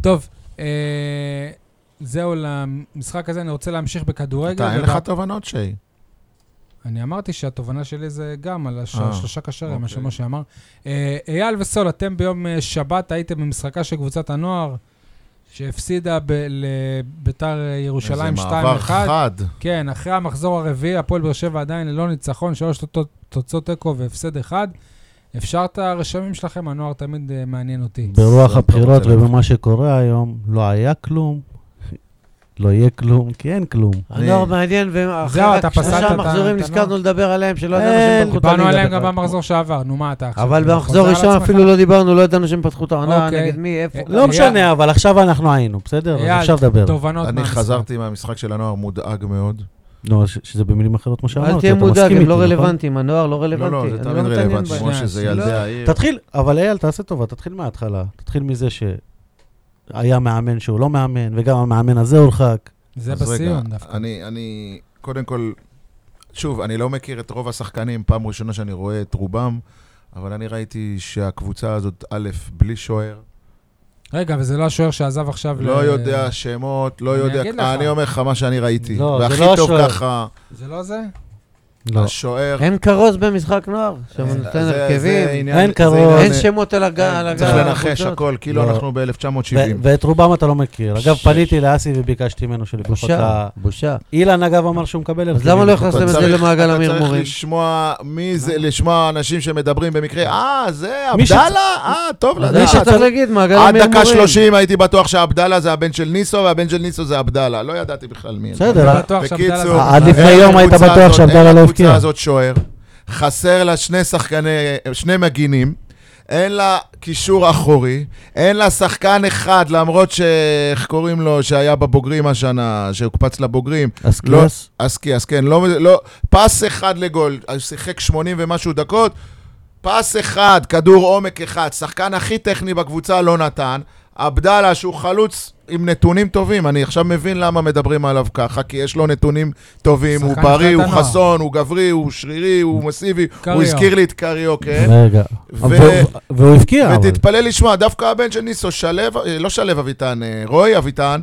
S1: טוב, אה, זהו למשחק הזה, אני רוצה להמשיך בכדורגל.
S4: אתה, אין
S1: וב-
S4: לך תובנות, שי.
S1: אני אמרתי שהתובנה שלי זה גם על הש...
S4: אה,
S1: שלושה קשרים, מה
S4: אוקיי.
S1: שמשה אמר. אה, אייל וסול, אתם ביום אה, שבת הייתם במשחקה של קבוצת הנוער, שהפסידה ב... לביתר אה, ירושלים 2-1.
S4: איזה מעבר חד.
S2: לא
S1: כן, אחרי המחזור הרביעי, הפועל באר שבע עדיין ללא ניצחון, שלוש תוצ- תוצאות תיקו והפסד אחד. אפשר את הרשמים שלכם, הנוער תמיד אה, מעניין אותי.
S2: ברוח
S4: זה
S2: הבחירות
S4: אתה רוצה
S2: ובמה שקורה היום, לא היה כלום, לא יהיה כלום, כי אין כלום.
S3: הנוער
S4: אני-
S3: מעניין,
S1: זהו,
S3: ואחרי
S1: אתה
S3: רק
S1: פסלת את
S3: שלושה
S1: ה-
S3: מחזורים
S1: את
S3: נזכרנו
S1: הנוער.
S3: לדבר עליהם, שלא ידענו
S2: אין,
S3: שהם פתחו את
S1: דיברנו
S3: הליגה
S1: עליהם
S3: בכלל.
S1: גם במחזור שעבר, נו מה אתה עכשיו?
S3: אבל
S1: אתה
S3: במחזור
S1: חוזר על
S3: ראשון
S1: עצמך?
S3: אפילו לא דיברנו, לא ידענו שהם פתחו את העונה,
S1: אוקיי.
S3: נגד מי, איפה.
S1: אה,
S2: לא משנה, אבל עכשיו אנחנו היינו, בסדר? אז
S1: אייל,
S2: אפשר לדבר.
S1: תובנות
S4: אני
S1: מהמשחק.
S4: חזרתי מהמשחק של הנוער מודאג מאוד.
S2: נו, ש- שזה במילים אחרות מה שאמרתי,
S3: אל
S2: אתה
S3: תהיה
S2: מסכים איתי,
S3: מודאג, הם לא
S2: נכון?
S3: רלוונטיים, הנוער לא
S4: לא,
S3: רלוונטי.
S4: לא, זה
S3: אני
S4: תמיד
S3: מתעניין לא.
S4: רלוונטי,
S3: בהם.
S4: כמו שזה ילדי העיר.
S2: תתחיל, אבל אייל, תעשה טובה, תתחיל מההתחלה. תתחיל מזה שהיה מאמן שהוא לא מאמן, וגם המאמן הזה הורחק.
S1: זה
S4: אז רגע,
S1: בסיום דווקא.
S4: אני, אני, קודם כל, שוב, אני לא מכיר את רוב השחקנים, פעם ראשונה שאני רואה את רובם, אבל אני ראיתי שהקבוצה הזאת, א', בלי שוער,
S1: רגע, וזה לא השוער שעזב עכשיו
S4: לא
S1: ל-
S4: יודע שמות, לא
S1: אני
S4: יודע,
S1: אגיד לך.
S4: אני אומר לך מה שאני ראיתי.
S2: לא, זה
S4: והכי
S2: לא
S4: טוב
S2: השוער.
S4: ככה,
S1: זה לא זה?
S2: לא.
S4: השוער...
S3: אין כרוז במשחק נוער, שהוא
S4: אה,
S3: נותן
S4: זה- זה
S3: הרכבים,
S4: עניין-
S2: אין
S4: זה
S2: קרוב.
S4: עניין-
S3: אין שמות על הגל, על
S4: צריך
S3: הגל.
S4: לנחש הכל, כאילו
S2: לא.
S4: אנחנו
S2: ו-
S4: ב-1970.
S2: ואת רובם אתה לא מכיר. אגב,
S4: שש.
S2: פניתי לאסי וביקשתי ממנו שלפחות...
S3: בושה,
S2: ה-
S3: בושה.
S2: אילן, אגב, אמר שהוא מקבל...
S3: אז
S2: הרכבים.
S3: למה לא הכנסתם את זה למעגל
S4: אתה צריך
S3: המרמורים?
S4: לשמוע מי זה, לשמוע אנשים שמדברים במקרה, אה, זה
S2: מי שצ-
S4: עבדאללה? אה, טוב
S3: אז זה מה
S4: לדעת.
S3: שצריך להגיד, מעגל
S4: עד
S3: המרמורים.
S4: דקה 30 הייתי בטוח שעבדאללה זה הבן של ניסו, והבן של ניסו זה עבדאללה. לא ידעתי בכלל מי.
S2: בסדר, אה,
S1: אני בטוח שעבדאללה
S4: בקיצור,
S1: זה-
S2: עד לפני
S4: אין
S2: יום היית
S4: לקבוצה
S2: בטוח
S4: הזאת-
S2: שעבדאללה לא
S4: אין לקבוצה
S2: הבקיע.
S4: הזאת שוער, חסר לה שני שחקני, שני מגינים, אין לה קישור אחורי, אין לה שחקן אחד, למרות ש... איך קוראים לו, שהיה בבוגרים השנה, שהוקפץ לבוגרים.
S2: אז
S4: לא-
S2: קלוס?
S4: אז כי, אז כן, לא, לא, פס אחד לגול, אז שיחק 80 ומשהו דקות, פס אחד, כדור עומק אחד, שחקן הכי טכני בקבוצה לא נתן, עבדאללה שהוא חלוץ עם נתונים טובים, אני עכשיו מבין למה מדברים עליו ככה, כי יש לו נתונים טובים, הוא
S1: שחקן
S4: בריא, הוא
S1: נבחרת הנוער.
S4: חסון, הוא גברי, הוא שרירי, הוא מסיבי,
S1: קריו.
S4: הוא הזכיר לי את קריו, כן?
S2: רגע.
S4: ו-
S2: ו- והוא הבקיע, אבל.
S4: ותתפלא לשמוע, דווקא הבן של ניסו, שלו, אה, לא שלו אביטן, אה, רועי אביטן,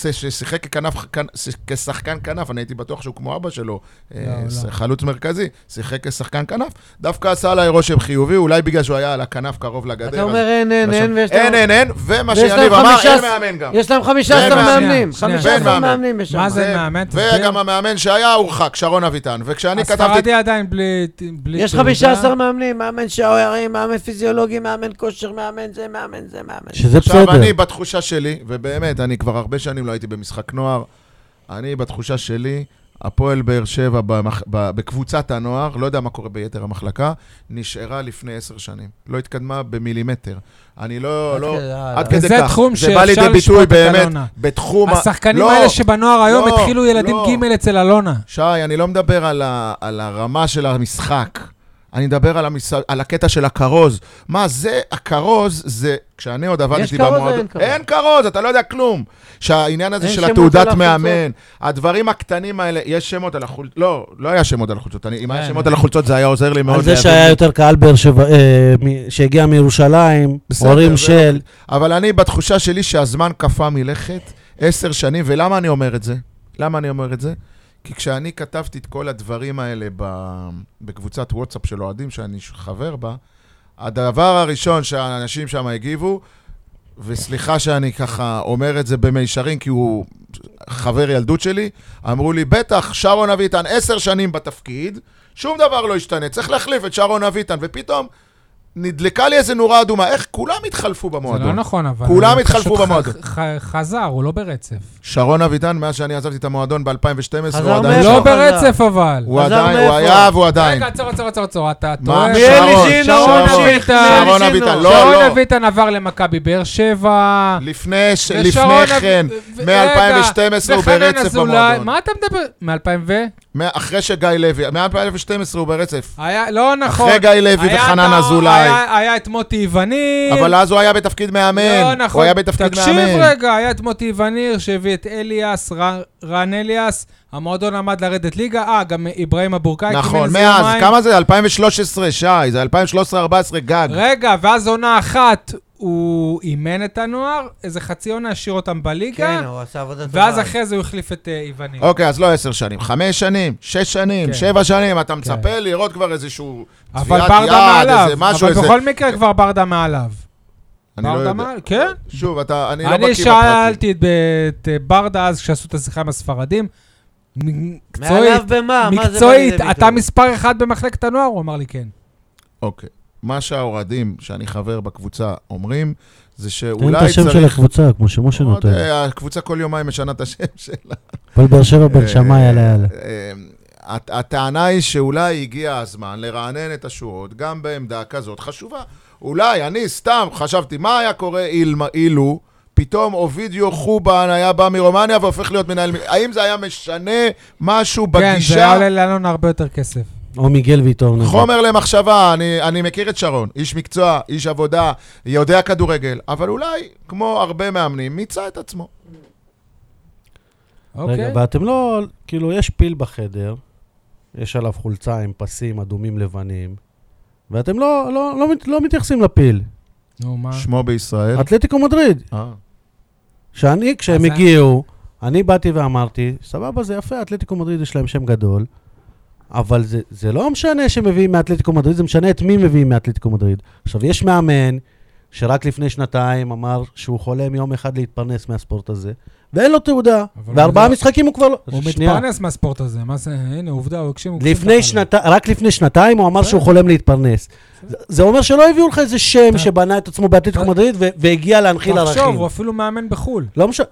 S4: ש- ששיחק ככנף, כנ- ש- כשחקן כנף, אני הייתי בטוח שהוא כמו אבא שלו, אה,
S1: לא,
S4: ש-
S1: לא.
S4: חלוץ מרכזי, שיחק כשחקן כנף, דווקא עשה עליי רושם חיובי, אולי בגלל שהוא היה על הכנף קרוב לגדר.
S3: אתה
S4: אז-
S3: אומר אין, אין,
S4: אז-
S3: אין, ויש
S4: אין,
S3: להם-
S4: אין, אין, ומה
S3: ויש להם
S4: שיניב אמר,
S3: חמישה-
S4: אין מאמן גם.
S3: יש להם 15
S4: שנייה,
S3: מאמנים,
S1: שנייה,
S3: 15
S4: שנייה.
S3: מאמנים יש שם.
S1: מה זה מאמן? תסביר.
S4: וגם המאמן שהיה הורחק, שרון אביטן, וכשאני כתבתי...
S1: הספרדי עדיין בלי... בלי
S3: יש
S1: תעודה.
S3: 15 מאמנים, מאמן שערים, מאמן פיזיולוגי, מאמן כושר, מאמן זה, מאמן זה, מאמן זה.
S2: שזה
S4: עכשיו,
S2: בסדר.
S4: אני בתחושה שלי, ובאמת, אני כבר הרבה שנים לא הייתי במשחק נוער, אני בתחושה שלי, הפועל באר שבע במח... ב... בקבוצת הנוער, לא יודע מה קורה ביתר המחלקה, נשארה לפני עשר שנים. לא התקדמה במילימטר. אני לא... לא...
S3: אוקיי,
S1: אה,
S4: עד כדי
S1: וזה
S4: כך.
S1: תחום
S4: זה בא
S1: שאפשר
S4: לידי ביטוי
S1: לשפוט את
S4: באמת,
S1: אלונה.
S4: בתחום... ה-
S1: השחקנים
S4: לא,
S1: האלה שבנוער היום
S4: לא,
S1: התחילו ילדים
S4: לא.
S1: ג' אצל אלונה.
S4: שי, אני לא מדבר על, ה... על הרמה של המשחק. אני מדבר על, המס... על הקטע של הכרוז. מה, זה, הכרוז זה, כשאני עוד עבדתי
S3: כרוז או
S4: במועדון...
S3: אין כרוז?
S4: אין כרוז, אתה לא יודע כלום. שהעניין הזה
S3: אין
S4: של
S3: שמות לא על
S4: התעודת
S3: החולצות?
S4: מאמן, הדברים הקטנים האלה, יש שמות על החולצות, לא, לא היה שמות על החולצות. אני, אם היה
S3: כן.
S1: אין.
S4: שמות על החולצות זה היה עוזר לי מאוד.
S2: על זה
S4: להבין.
S2: שהיה יותר קהל באר שבע, אה, מ- שהגיע מירושלים,
S4: בסדר,
S2: הורים
S4: זה-
S2: של...
S4: אבל אני, בתחושה שלי שהזמן קפא מלכת עשר שנים, ולמה אני אומר את זה? למה אני אומר את זה? כי כשאני כתבתי את כל הדברים האלה ב... בקבוצת וואטסאפ של אוהדים שאני ש- חבר בה, הדבר הראשון שהאנשים שם הגיבו, וסליחה שאני ככה אומר את זה במישרין, כי הוא חבר ילדות שלי, אמרו לי, בטח, שרון אביטן עשר שנים בתפקיד, שום דבר לא ישתנה, צריך להחליף את שרון אביטן, ופתאום נדלקה לי איזה נורה אדומה, איך כולם התחלפו
S1: זה
S4: במועדון.
S1: לא נכון, אבל...
S4: כולם
S1: הוא
S4: התחלפו
S1: פשוט ח-
S4: במועדון.
S1: ח- חזר, הוא לא ברצף.
S4: שרון אביטן, מאז שאני עזבתי את המועדון ב-2012,
S3: חזר
S4: הוא עדיין
S3: מאיפה?
S4: שם.
S1: לא
S3: חזר.
S1: ברצף, אבל.
S4: הוא
S3: חזר
S4: עדיין, הוא
S3: מאיפה?
S4: היה והוא עדיין.
S1: רגע, עצור, עצור, עצור, עצור, אתה
S4: מה,
S1: טועה.
S3: מיאל
S4: שרון,
S3: ליז'ינו,
S4: שרון,
S1: ממשיך, מיאל
S4: שרון
S3: ליז'ינו.
S4: אביטן, לא,
S1: שרון
S4: לא.
S1: אביטן עבר למכבי באר שבע.
S4: לפני ש-
S1: ושרון
S4: לפני
S1: אב-
S4: כן,
S1: ו-
S4: מ-2012 הוא
S1: וחנן
S4: ברצף
S1: אזולאי-
S4: במועדון.
S1: מה אתה מדבר? מ-2000 ו?
S4: מה- אחרי שגיא לוי, מ-2012 הוא ברצף.
S1: היה, לא נכון.
S4: אחרי גיא לוי
S1: היה
S4: וחנן
S1: את ה-
S4: אזולאי.
S1: היה- היה את מוטי איווניר.
S4: אבל אז הוא היה בתפקיד מאמן.
S1: לא נכון.
S4: הוא היה בתפקיד
S1: תקשיב
S4: מאמן.
S1: רגע, היה את מוטי איווניר שהביא את אליאס, ר- רן אליאס, המועדון עמד לרדת ליגה. אה, גם איברהים אבורקאי. קיבל
S4: נכון,
S1: איזה
S4: מאז,
S1: יומיים.
S4: כמה זה? 2013, שי, זה 2013-2014 גג.
S1: רגע, ואז עונה אחת, הוא אימן את הנוער, איזה חצי עונה השאיר אותם בליגה,
S3: כן, הוא עשה עבודה טובה.
S1: ואז אחרי זה הוא החליף את אה, איווניר.
S4: אוקיי, אז לא עשר שנים, חמש שנים, שש שנים,
S1: כן.
S4: שבע שנים, אתה מצפה לראות כבר איזשהו
S1: אבל
S4: צביעת
S1: ברדה
S4: יד,
S1: מעליו,
S4: איזה משהו,
S1: אבל
S4: איזה...
S1: בכל מקרה כבר ברדה מעליו.
S4: אני לא
S1: ברדה
S4: יודע.
S1: מעל- כן.
S4: שוב, אתה, אני לא
S1: אני
S4: בקיא בפרטים.
S1: שאלתי את ב- את אה, ברדה אז כשעשו את השיחה עם הספרדים, מ-
S3: מעליו
S1: מקצועית,
S3: במה? מה זה בא
S1: מקצועית,
S3: לידי
S1: אתה
S3: ביטוי?
S1: מספר אחד במחלקת הנוער? הוא אמר לי כן.
S4: אוקיי. מה שהאוהדים שאני חבר בקבוצה אומרים, זה
S2: תן
S4: שאולי
S2: את
S4: צריך...
S2: השם של הקבוצה, כמו שמשה
S4: עוד,
S2: נותן.
S4: אה, הקבוצה כל יומיים משנה את השם [laughs] שלה.
S2: אבל באר שבע בן שמאי,
S4: אה,
S2: יאללה יאללה.
S4: אה, הט- הטענה היא שאולי הגיע הזמן לרענן את השורות גם בעמדה כזאת חשובה. אולי, אני סתם חשבתי, מה היה קורה אילמה- אילו פתאום אובידיו חובן היה בא מרומניה והופך להיות מנהל... מ- האם זה היה משנה משהו
S1: כן, זה היה
S4: בגישה?
S1: עולה לאלון הרבה יותר כסף.
S2: או מיגל ויטור נגיד.
S4: חומר למחשבה, אני, אני מכיר את שרון, איש מקצוע, איש עבודה, יודע כדורגל, אבל אולי, כמו הרבה מאמנים, מיצה את עצמו.
S1: אוקיי.
S2: רגע, ואתם לא... כאילו, יש פיל בחדר, יש עליו חולצה עם פסים אדומים לבנים, ואתם לא- לא- לא מת- לא מתייחסים לפיל.
S1: נו, מה?
S2: אה.
S4: שמו בישראל.
S2: אתלטיקו מדריד.
S4: אה.
S2: שאני, כשהם
S1: אז-
S2: הגיעו, אני באתי ואמרתי, סבבה, זה יפה, אתלטיקו מדריד יש להם שם גדול, אבל זה, זה לא משנה שמביאים מאתלטיקו מדריד, זה משנה את מי מביאים מאתלטיקו מדריד. עכשיו, יש מאמן שרק לפני שנתיים אמר שהוא חולם יום אחד להתפרנס מהספורט הזה, ואין לו תעודה,
S1: אבל
S2: וארבעה
S1: הוא-
S2: משחקים הוא כבר לא...
S1: הוא
S2: שנייה.
S1: מתפרנס מהספורט הזה, מה זה? הנה, עובדה, הוא הקשיב. הוא כן. הקשיב
S2: לפני
S1: לך.
S2: שנתיים, רק לפני שנתיים הוא אמר
S1: בסדר.
S2: שהוא חולם להתפרנס. זה- זה אומר שלא הביאו לך איזה שם
S1: אתה-
S2: שבנה את עצמו באתלטיקו
S1: אתה-
S2: מדריד ו- והגיע להנחיל ערכים.
S1: כן. תחשוב, הוא אפילו מאמן בחו"ל.
S2: לא משנה.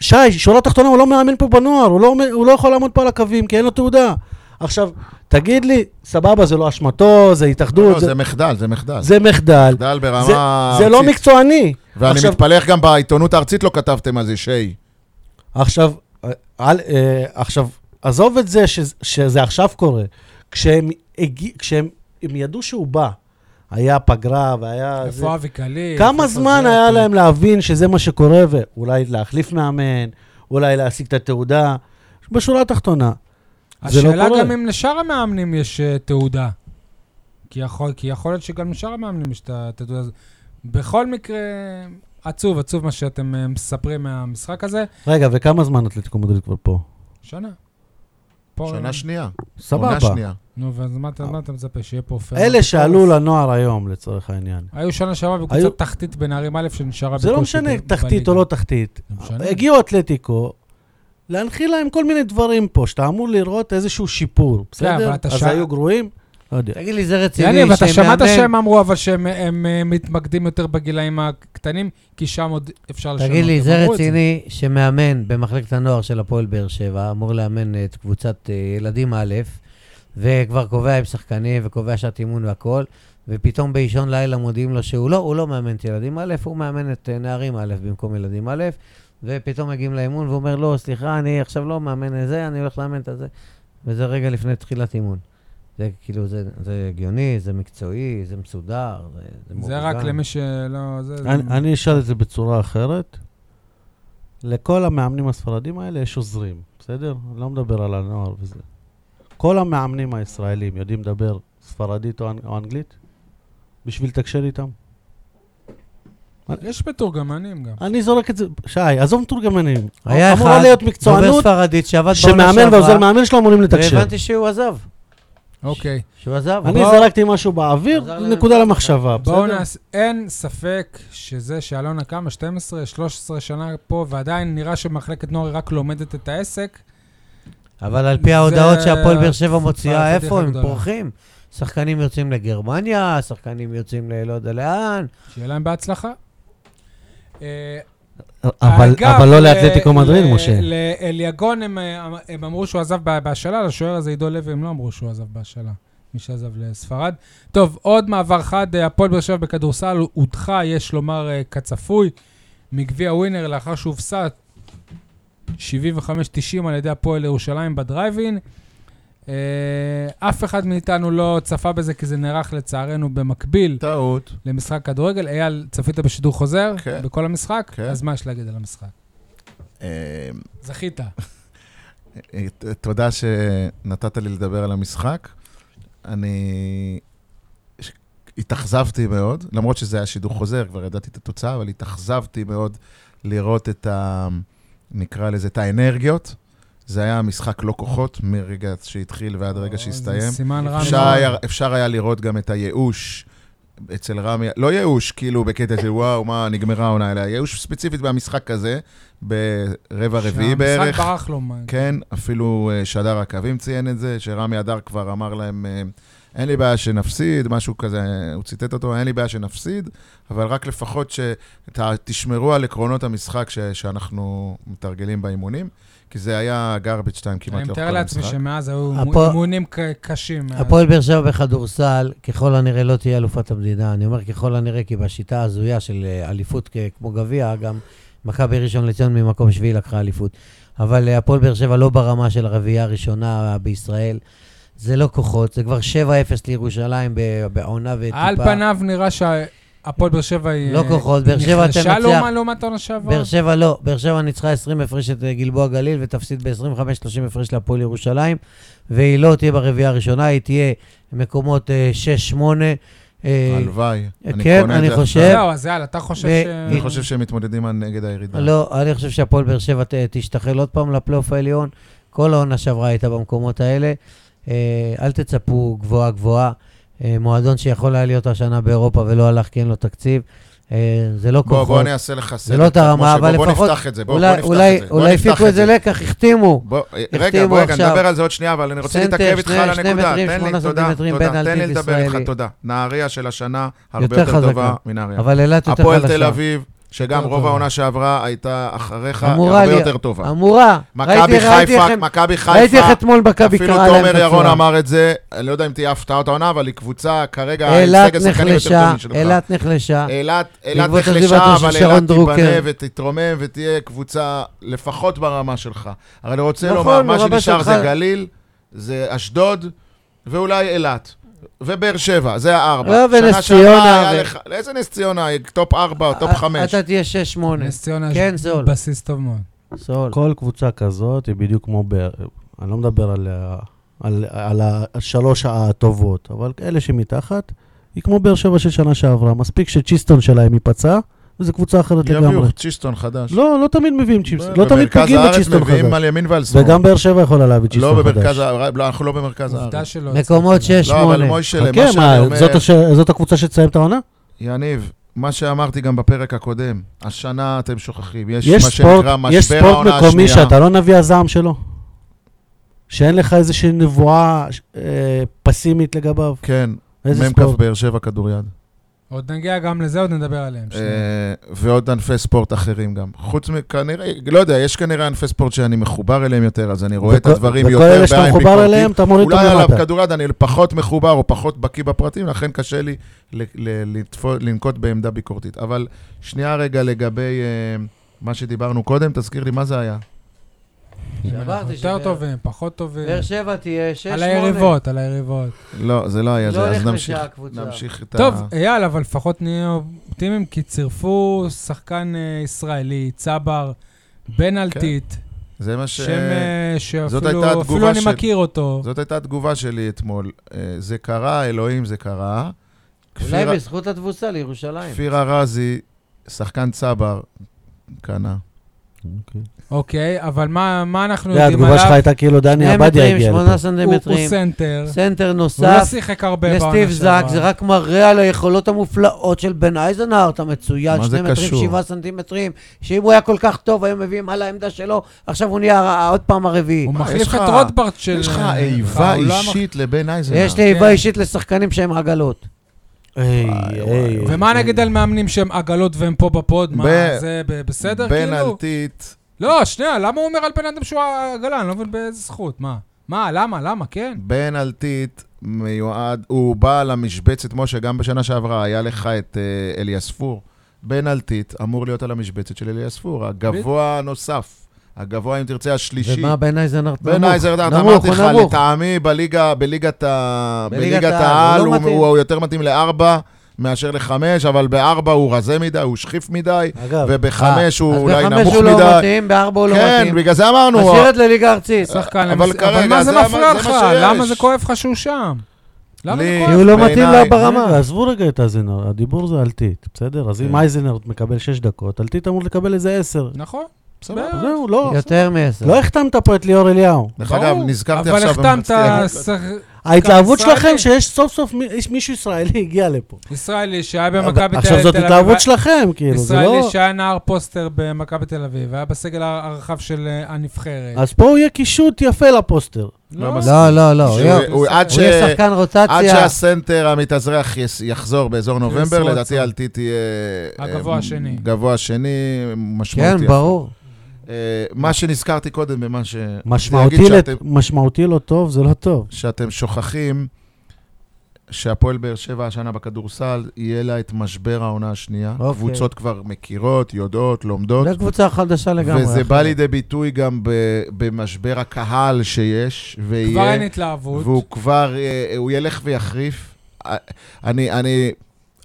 S2: שי, שורה תחתונה, הוא לא מאמן פה בנוער, הוא לא, עומד- הוא לא יכול לעמוד פה על הקווים, כי אין לו תעודה. עכשיו, תגיד לי, סבבה, זה לא אשמתו, זה התאחדות,
S4: לא,
S2: זה, זה,
S4: זה מחדל, זה מחדל. זה
S2: זה מחדל,
S4: מחדל ברמה
S2: זה,
S4: ארצית.
S2: זה לא מקצועני.
S4: ואני
S2: עכשיו-
S4: מתפלח גם בעיתונות הארצית לא כתבתם על זה, שי.
S2: עכשיו, אה, על, אה, עכשיו, עזוב את זה שזה, שזה עכשיו קורה. כשהם, הגיע, כשהם הם ידעו שהוא בא, היה פגרה והיה... אה, זה,
S1: איפה אבי קליף?
S2: כמה
S1: איפה
S2: זמן
S1: זה?
S2: היה להם להבין שזה מה שקורה, ואולי להחליף מאמן, אולי להשיג את התעודה? בשורה התחתונה, זה לא
S1: השאלה
S2: קורה.
S1: גם אם לשאר המאמנים יש אה, תעודה. כי יכול, כי יכול להיות שגם לשאר המאמנים יש את התעודה הזאת. בכל מקרה, עצוב, עצוב מה שאתם אה, מספרים מהמשחק הזה.
S2: רגע, וכמה זמן אתלטיקו מדריד כבר פה?
S1: שנה. פה,
S4: שנה שנייה.
S2: סבבה.
S4: עונה שנייה.
S1: נו, ואז מה, אתה- מה אתה מצפה, שיהיה פה פייר?
S2: אלה שעלו
S1: אה.
S2: לנוער היום, לצורך העניין.
S1: היו שנה שעברה
S2: היו-
S1: בקבוצת תחתית בנערים א' שנשארה
S2: זה לא
S1: בקושי
S2: משנה
S1: ב-
S2: תחתית
S1: בליגה.
S2: או לא תחתית.
S1: לא משנה.
S2: הגיעו אתלטיקו להנחיל להם כל מיני דברים פה, שאתה אמור לראות איזשהו שיפור, בסדר?
S1: כן, אבל אתה
S2: אז
S1: שע-
S2: היו גרועים? לא יודע.
S3: תגיד לי, זה רציני
S1: יניב, אתה שמעת
S3: שמאמן-
S1: שהם אמרו, אבל שהם הם, אה, מתמקדים יותר בגילאים הקטנים, כי שם עוד אפשר לשנות.
S3: תגיד לי,
S1: הם
S3: זה
S1: אמרו את
S3: רציני שמאמן במחלקת הנוער של הפועל באר שבע, אמור לאמן את קבוצת אה, ילדים א', וכבר קובע עם שחקנים וקובע שעת אימון והכול, ופתאום באישון לילה מודיעים לו שהוא לא, הוא לא מאמן את ילדים א', הוא מאמן את אה, נערים א' במקום ילדים א', ופתאום מגיעים לאימון והוא אומר, לא, סליחה, אני עכשיו לא מאמן את זה, אני הולך לאמן את זה, וזה רגע לפני תחילת אימון. זה כאילו, זה, זה הגיוני, זה מקצועי, זה מסודר, זה, זה
S1: זה
S3: מאורגן.
S1: רק למי שלא... זה- זה-
S2: אני אני אשאל את זה בצורה אחרת. לכל המאמנים הספרדים האלה יש עוזרים, בסדר? אני לא מדבר על הנוער וזה. כל המאמנים הישראלים יודעים לדבר ספרדית או אנ- או אנגלית? בשביל לתקשר איתם?
S1: יש מתורגמנים גם.
S2: אני זורק את זה, שי, עזוב מתורגמנים.
S3: היה אחד,
S2: אמורה להיות
S3: דובר
S2: מקצוענות,
S3: ספרדית שעבד בעונה
S2: שמאמן ועוזר מאמן שלו אמורים לתקשר.
S3: והבנתי שהוא עזב,
S1: אוקיי.
S3: שהוא עזב.
S2: אני
S3: הוא-
S2: זרקתי משהו באוויר,
S3: עזר לנו.
S2: נקודה למחשבה,
S1: בואו
S2: אה, בסדר?
S1: נעשה, אין ספק שזה שאלונה קמה 12, 13 שנה פה, ועדיין נראה שמחלקת נוער היא רק לומדת את העסק.
S3: אבל על פי
S1: זה-
S3: ההודעות שהפועל באר שבע
S1: זה
S3: מוציאה,
S1: הצרפתית
S3: איפה הם
S1: הגדולה.
S3: פורחים? שחקנים יוצאים לגרמניה, שחקנים יוצאים ללא יודע לאן.
S1: שיהיה להם בהצלחה. אה,
S2: אבל
S1: אגב,
S2: אבל לא
S1: ל-
S2: לאתלטיקו מדריד,
S1: ל-
S2: משה.
S1: לאליגון הם, אה, הם אמרו שהוא עזב בה- בהשאלה, לשוער הזה עידו לוי הם לא אמרו שהוא עזב בהשאלה, מי שעזב לספרד. טוב, עוד מעבר חד, אה, הפועל באר שבע בכדורסל הודחה, יש לומר, אה, כצפוי, מגביע ווינר לאחר שהופסה 75-90 על ידי הפועל ירושלים בדרייבין. אה, אף אחד מאיתנו לא צפה בזה כי זה נערך לצערנו במקביל
S4: טעות.
S1: למשחק כדורגל. אייל, צפית בשידור חוזר?
S4: כן.
S1: בכל המשחק?
S4: כן.
S1: אז מה יש להגיד על המשחק?
S4: אה,
S1: זכית.
S4: אה, ת- תודה שנתת לי לדבר על המשחק. אני ש- התאכזבתי מאוד, למרות שזה היה שידור חוזר, כבר ידעתי את התוצאה, אבל התאכזבתי מאוד לראות את ה... נקרא לזה, את האנרגיות. זה היה משחק לא כוחות, מרגע שהתחיל ועד רגע
S1: אה, זה
S4: שהסתיים.
S1: סימן רע
S4: אפשר
S1: מאוד.
S4: היה, אפשר היה לראות גם את הייאוש אצל רמי, לא ייאוש כאילו בקטע של וואו, מה, נגמרה העונה, אלא ייאוש ספציפית במשחק הזה, ברבע רביעי בערך.
S1: שהמשחק ברח לו. מה-
S4: כן, אפילו אה, שדר הקווים ציין את זה, שרמי הדר כבר אמר להם, אה, אין לי בעיה שנפסיד, משהו כזה, הוא ציטט אותו, אין לי בעיה שנפסיד, אבל רק לפחות שתשמרו על עקרונות המשחק ש, שאנחנו מתרגלים באימונים, כי זה היה garbage time כמעט
S1: אני
S4: לאורך
S1: מתאר
S4: כל
S1: לעצמי
S4: המשחק.
S1: שמאז היו
S3: הפועל-
S1: אימונים ק- קשים. מאז.
S3: הפועל באר שבע בכדורסל, ככל הנראה לא תהיה אלופת המדינה. אני אומר ככל הנראה, כי בשיטה ההזויה של אה, אליפות כ- כמו גביע, גם מכבי ראשון לציון ממקום שביעי לקחה אליפות. אבל אה, הפועל באר שבע לא ברמה של הרביעייה הראשונה בישראל. זה לא כוחות, זה כבר 7-0 לירושלים ב- בעונה וטיפה.
S1: על פניו נראה שהפועל באר שבע היא...
S3: לא כוחות, באר שבע
S1: נחלשה
S3: תנצח.
S1: לעומת- לעומת העונה שעברה.
S3: באר שבע לא, באר שבע ניצחה 20 הפרש את אה, גלבוע גליל ותפסיד ב-25-30 הפרש להפועל ירושלים, והיא לא תהיה ברביעייה הראשונה, היא תהיה מקומות אה, 6-8. אה,
S4: הלוואי.
S3: כן,
S4: קונה את
S3: אני
S4: זה עכשיו.
S3: חושב-
S1: זהו, לא, אז יאללה, אתה חושב
S3: ו-
S1: ש...
S4: אני חושב שהם מתמודדים נגד הירידה.
S3: לא, אני חושב שהפועל באר שבע ת- תשתחל עוד פעם לפלייאוף העליון. כל העונה שעברה הייתה במקומות האלה. אה, אל תצפו גבוהה גבוהה. אה, מועדון שיכול היה להיות השנה באירופה ולא הלך כי אין לו תקציב. אה, זה לא
S4: בוא,
S3: כוחות.
S4: בוא אני אעשה לך סדר.
S3: לא את הרמה,
S4: משה, בוא-
S3: אבל
S4: בוא
S3: לפחות-
S4: נפתח את זה, בוא,
S3: אולי-
S4: בוא נפתח
S3: אולי-
S4: את זה. בוא
S3: אולי
S4: נפתח
S3: הפיקו
S4: את
S3: איזה לקח, החתימו.
S4: בוא, אה, רגע,
S3: החתימו
S4: בוא, רגע,
S3: עכשיו.
S4: נדבר על זה עוד שנייה, אבל אני רוצה
S3: סנטר,
S4: להתעכב איתך על
S3: שני- שני
S4: הנקודה.
S3: מטרים,
S4: תן לי,
S3: שמונה
S4: תודה,
S3: סנטימטרים בין
S4: תודה, תן לי
S3: אלטית
S4: לדבר איתך,
S3: ישראלי.
S4: תודה. נהריה של השנה הרבה
S3: יותר
S4: יותר
S3: חזקה.
S4: טובה מנהריה.
S3: אבל אילת יותר חלשה.
S4: הפועל תל אביב, שגם
S3: יותר
S4: רוב
S3: טובה.
S4: העונה שעברה הייתה אחריך,
S3: אמורה
S4: הרבה
S3: לי-
S4: יותר טובה.
S3: אמורה.
S4: מכבי
S3: ראיתי- ראיתי איך
S4: חיפה,
S3: הם-
S4: מכבי
S3: ראיתי איך
S4: חיפה,
S3: אתמול מכבי
S4: אפילו
S3: קרא להם את
S4: תומר ירון
S3: הצורה.
S4: אמר את זה, אני לא יודע אם תהיה הפתעת העונה, אבל היא קבוצה כרגע, עם
S3: אילת
S4: סגל שחקנים "אה, יותר
S3: נחלשה,
S4: טוב משלך. אה,
S3: אילת נחלשה.
S2: אה.
S4: אילת, אילת
S3: בעקבות
S4: נחלשה,
S3: עזיבתו של
S4: אבל
S3: שרון
S4: אילת תיבנה
S3: דרוקר.
S4: ותתרומם ותהיה קבוצה לפחות ברמה שלך. אבל אני רוצה
S3: נכון,
S4: לומר, מה
S3: ברמה
S4: שנשאר
S3: שלך.
S4: זה גליל, זה אשדוד, ואולי אילת. ובאר שבע, זה הארבע.
S3: לא, ונס
S4: שנה שעברה
S3: ציונה,
S4: היה
S3: ו-
S4: לך- איזה נס ציונה? טופ ארבע או לא,
S2: אה,
S4: טופ
S3: אתה-
S4: חמש.
S3: אה, אתה תהיה 6-8.
S1: נס ציונה
S3: כן,
S1: יש
S3: זול.
S1: בסיס טוב מאוד.
S3: סול.
S2: כל קבוצה כזאת היא בדיוק כמו באר... אני לא מדבר על, ה- על, על השלוש הטובות, אבל אלה שמתחת, היא כמו באר שבע של שנה שעברה. מספיק שצ'יסטון שלהם ייפצע, וזו קבוצה אחרת לגמרי.
S4: יביאו צ'יסטון חדש.
S2: לא, לא תמיד מביאים צ'יסטון, לא
S4: במרכז
S2: תמיד פוגעים
S4: הארץ
S2: בצ'יסטון
S4: מביאים
S2: חדש.
S4: על ימין ועל שמאל.
S2: וגם באר שבע יכולה להביא
S4: לא
S2: צ'יסטון חדש.
S4: במרכז הארץ, לא, אנחנו לא במרכז
S1: עובדה
S4: הארץ.
S1: שלא...
S3: מקומות
S1: הצלחת.
S3: 6-8.
S4: לא, אבל מוישה, למה
S2: חכה,
S4: שאני
S2: כן, מה,
S4: אומר...
S2: זאת הש- זאת הקבוצה שתסיים את העונה?
S4: יניב, מה שאמרתי גם בפרק הקודם, השנה אתם שוכחים, יש,
S2: יש
S4: מה
S2: ספורט,
S4: שנקרא
S2: יש
S4: משבר
S2: ספורט
S4: העונה
S2: מקומי
S4: השנייה.
S2: שאתה לא נביא הזעם שלו? שאין לך איזושהי נבואה אה, פסימית לגביו?
S4: כן,
S2: איזה
S4: מ"כ
S2: ספורט?
S4: באר שבע כדוריד.
S1: עוד נגיע גם לזה, עוד נדבר עליהם. שנייה.
S4: אה, ועוד ענפי ספורט אחרים גם. חוץ מכנראה, לא יודע, יש כנראה ענפי ספורט שאני מחובר אליהם יותר, אז אני רואה את
S2: וכל-
S4: הדברים
S2: וכל
S4: יותר בעין
S2: אלה
S4: ביקורתית.
S2: שאתה מחובר אליהם, אתה מוריד
S4: אולי
S2: אותם
S4: עליו
S2: למטה.
S4: כדוריד אני פחות מחובר או פחות בקיא בפרטים, לכן קשה לי ל- ל- לתפו- לנקוט בעמדה ביקורתית. אבל שנייה רגע לגבי אה, מה שדיברנו קודם, תזכיר לי, מה זה היה?
S1: אם
S3: אמרתי
S1: אנחנו יותר
S3: שבאר-
S1: טובים, פחות טובים.
S3: באר שבע תהיה 6-8.
S1: על היריבות, על היריבות.
S4: לא, זה לא היה
S3: לא
S4: זה, אז
S3: הולך
S4: נמשיך.
S3: לשעה הקבוצה.
S4: נמשיך את ה...
S1: טוב, אייל, אבל לפחות נהיה אופטימיים, כי צירפו שחקן אה, ישראלי, צבר, בן אלטית,
S4: זה מה כן. ש...
S1: שם אה,
S4: זאת הייתה
S1: שאפילו
S4: התגובה
S1: אפילו אני
S4: של-
S1: מכיר אותו.
S4: זאת הייתה התגובה שלי אתמול. אה, זה קרה, אלוהים, זה קרה.
S3: אולי
S4: כפיר-
S3: בזכות התבוסה לירושלים.
S4: כפיר ארזי, שחקן צבר, קנה.
S1: אוקיי, אבל מה מה אנחנו
S2: זה,
S1: יודעים עליו?
S2: התגובה שלך הייתה כאילו דני
S3: שני
S2: עבדיה
S3: מטרים,
S2: הגיע לפה.
S3: שמונה
S1: הוא- הוא
S3: סנטימטרים.
S1: סנטר,
S3: סנטר
S1: הוא לא
S3: נוסף
S1: שיחק הרבה בעונה
S3: לסטיב זק, זה רק מראה על היכולות המופלאות של בן אייזנהארט המצוין,
S4: מה
S3: שני
S4: זה
S3: מטרים,
S4: קשור?
S3: שבעה סנטימטרים, שאם הוא היה כל כך טוב, היו מביאים על העמדה שלו, עכשיו הוא נהיה ה- עוד פעם הרביעי.
S1: הוא
S4: מה,
S1: מחליף
S4: יש
S1: את
S4: לך-
S1: רוטברט של...
S4: יש לך
S1: אה,
S4: איבה
S1: בעולם הח-
S4: אישית לבן אייזנר.
S3: יש לי
S1: כן.
S3: איבה אישית לשחקנים שהם עגלות.
S2: היי, היי.
S1: ומה נגיד על מאמנים שהם עגלות והם פה בפוד? מה,
S4: ב-
S1: זה ב- בסדר?
S4: בן
S1: כאילו?
S4: אלטית,
S1: לא, שנייה, למה הוא אומר על בן אדם שהוא עגלה? אני לא מבין באיזה זכות, מה? מה, למה, למה, כן?
S4: בן אלטית מיועד, הוא בא למשבצת, משה, גם בשנה שעברה היה לך את אה, אליאספור. בן אלטית אמור להיות על המשבצת של אליאספור, הגבוה הנוסף. הגבוה, אם תרצה, השלישי.
S3: ומה בן אייזנהארט נמוך?
S4: בן אייזרדארט,
S3: נמוך,
S4: אמרתי
S3: הוא
S4: לך,
S3: נמוך. אה,
S4: לטעמי, בליגה, בליגת, ה...
S3: בליגת
S4: בליגת
S3: העל,
S4: העל
S3: הוא לא
S4: הוא,
S3: מתאים.
S4: הוא, הוא יותר מתאים לארבע מאשר לחמש, אבל בארבע הוא רזה מדי, הוא שכיף מדי,
S2: אגב,
S4: ובחמש הוא
S3: אה, אז
S4: אולי
S3: בחמש
S4: נמוך
S3: הוא לא
S4: מדי.
S3: מתאים, בארבע הוא לא
S4: כן, אה,
S3: מתאים.
S4: בגלל זה אמרנו,
S3: משאיר את לליגה ארצית.
S1: שחקן,
S4: אבל
S1: למס-
S4: כרגע,
S1: אבל מה
S4: זה
S1: זה
S4: מה-
S1: מפריע
S4: זה
S1: לך?
S4: מה שיש.
S1: למה זה כואב לך שהוא שם? למה זה
S4: לי-
S1: כואב?
S3: כי הוא לא
S4: בעיניי- אה,
S3: מתאים לו ברמה.
S2: עזבו רגע את אייזנר, הדיבור זה אלטית, בסדר? אז אם
S4: כן.
S2: אייזנר מקבל 6 דקות, אלטית אמור לקבל איזה 10.
S1: נכון.
S4: סבבה.
S2: זהו, לא.
S3: יותר מעשר.
S2: לא החתמת פה את ליאור אליהו.
S4: דרך
S1: ברור.
S4: אגב, נזכרתי
S1: אבל
S4: עכשיו...
S1: החתמת
S4: במחצית-
S1: שח-
S2: ההתלהבות
S1: ישראלי.
S2: שלכם שיש סוף סוף מי- יש מישהו ישראלי הגיע לפה.
S1: ישראלי שהיה במכבי
S2: אבל-
S1: תל
S2: עכשיו זאת
S1: תל אביב,
S2: התלהבות שלכם, כאילו, זה
S1: ישראלי
S2: לא...
S1: שהיה נער פוסטר במכבי תל אביב, היה בסגל הר- הרחב של אה, הנבחרת.
S2: אז פה הוא יהיה קישוט יפה לפוסטר.
S1: לא,
S3: לא, לא, לא. הוא
S4: שהוא-
S1: יהיה-
S3: יהיה-
S4: הוא- עד ש-
S3: הוא יהיה שחקן
S4: עד
S3: רוטציה.
S4: שהסנטר המתאזרח יס- יחזור באזור נובמבר,
S1: ישרוד
S4: לדעתי
S1: שם.
S4: אלטי תהיה...
S1: הגבוה
S4: אה,
S1: השני.
S4: גבוה השני,
S3: כן,
S4: משמעותי.
S3: ברור.
S4: אה, מה שנזכרתי קודם במה ש...
S2: משמעותי
S4: זה
S2: לת-
S4: להגיד שאתם-
S2: משמעותי לא טוב, זה לא טוב.
S4: שאתם שוכחים שהפועל באר שבע השנה בכדורסל, יהיה לה את משבר העונה השנייה.
S3: אוקיי.
S4: קבוצות כבר מכירות, יודעות, לומדות.
S3: זו קבוצה חדשה לגמרי.
S4: וזה
S3: אחי.
S4: בא לידי ביטוי גם ב- במשבר הקהל שיש, ויהיה...
S1: כבר אין התלהבות.
S4: והוא כבר, אה, הוא ילך ויחריף. אה, אני, אני,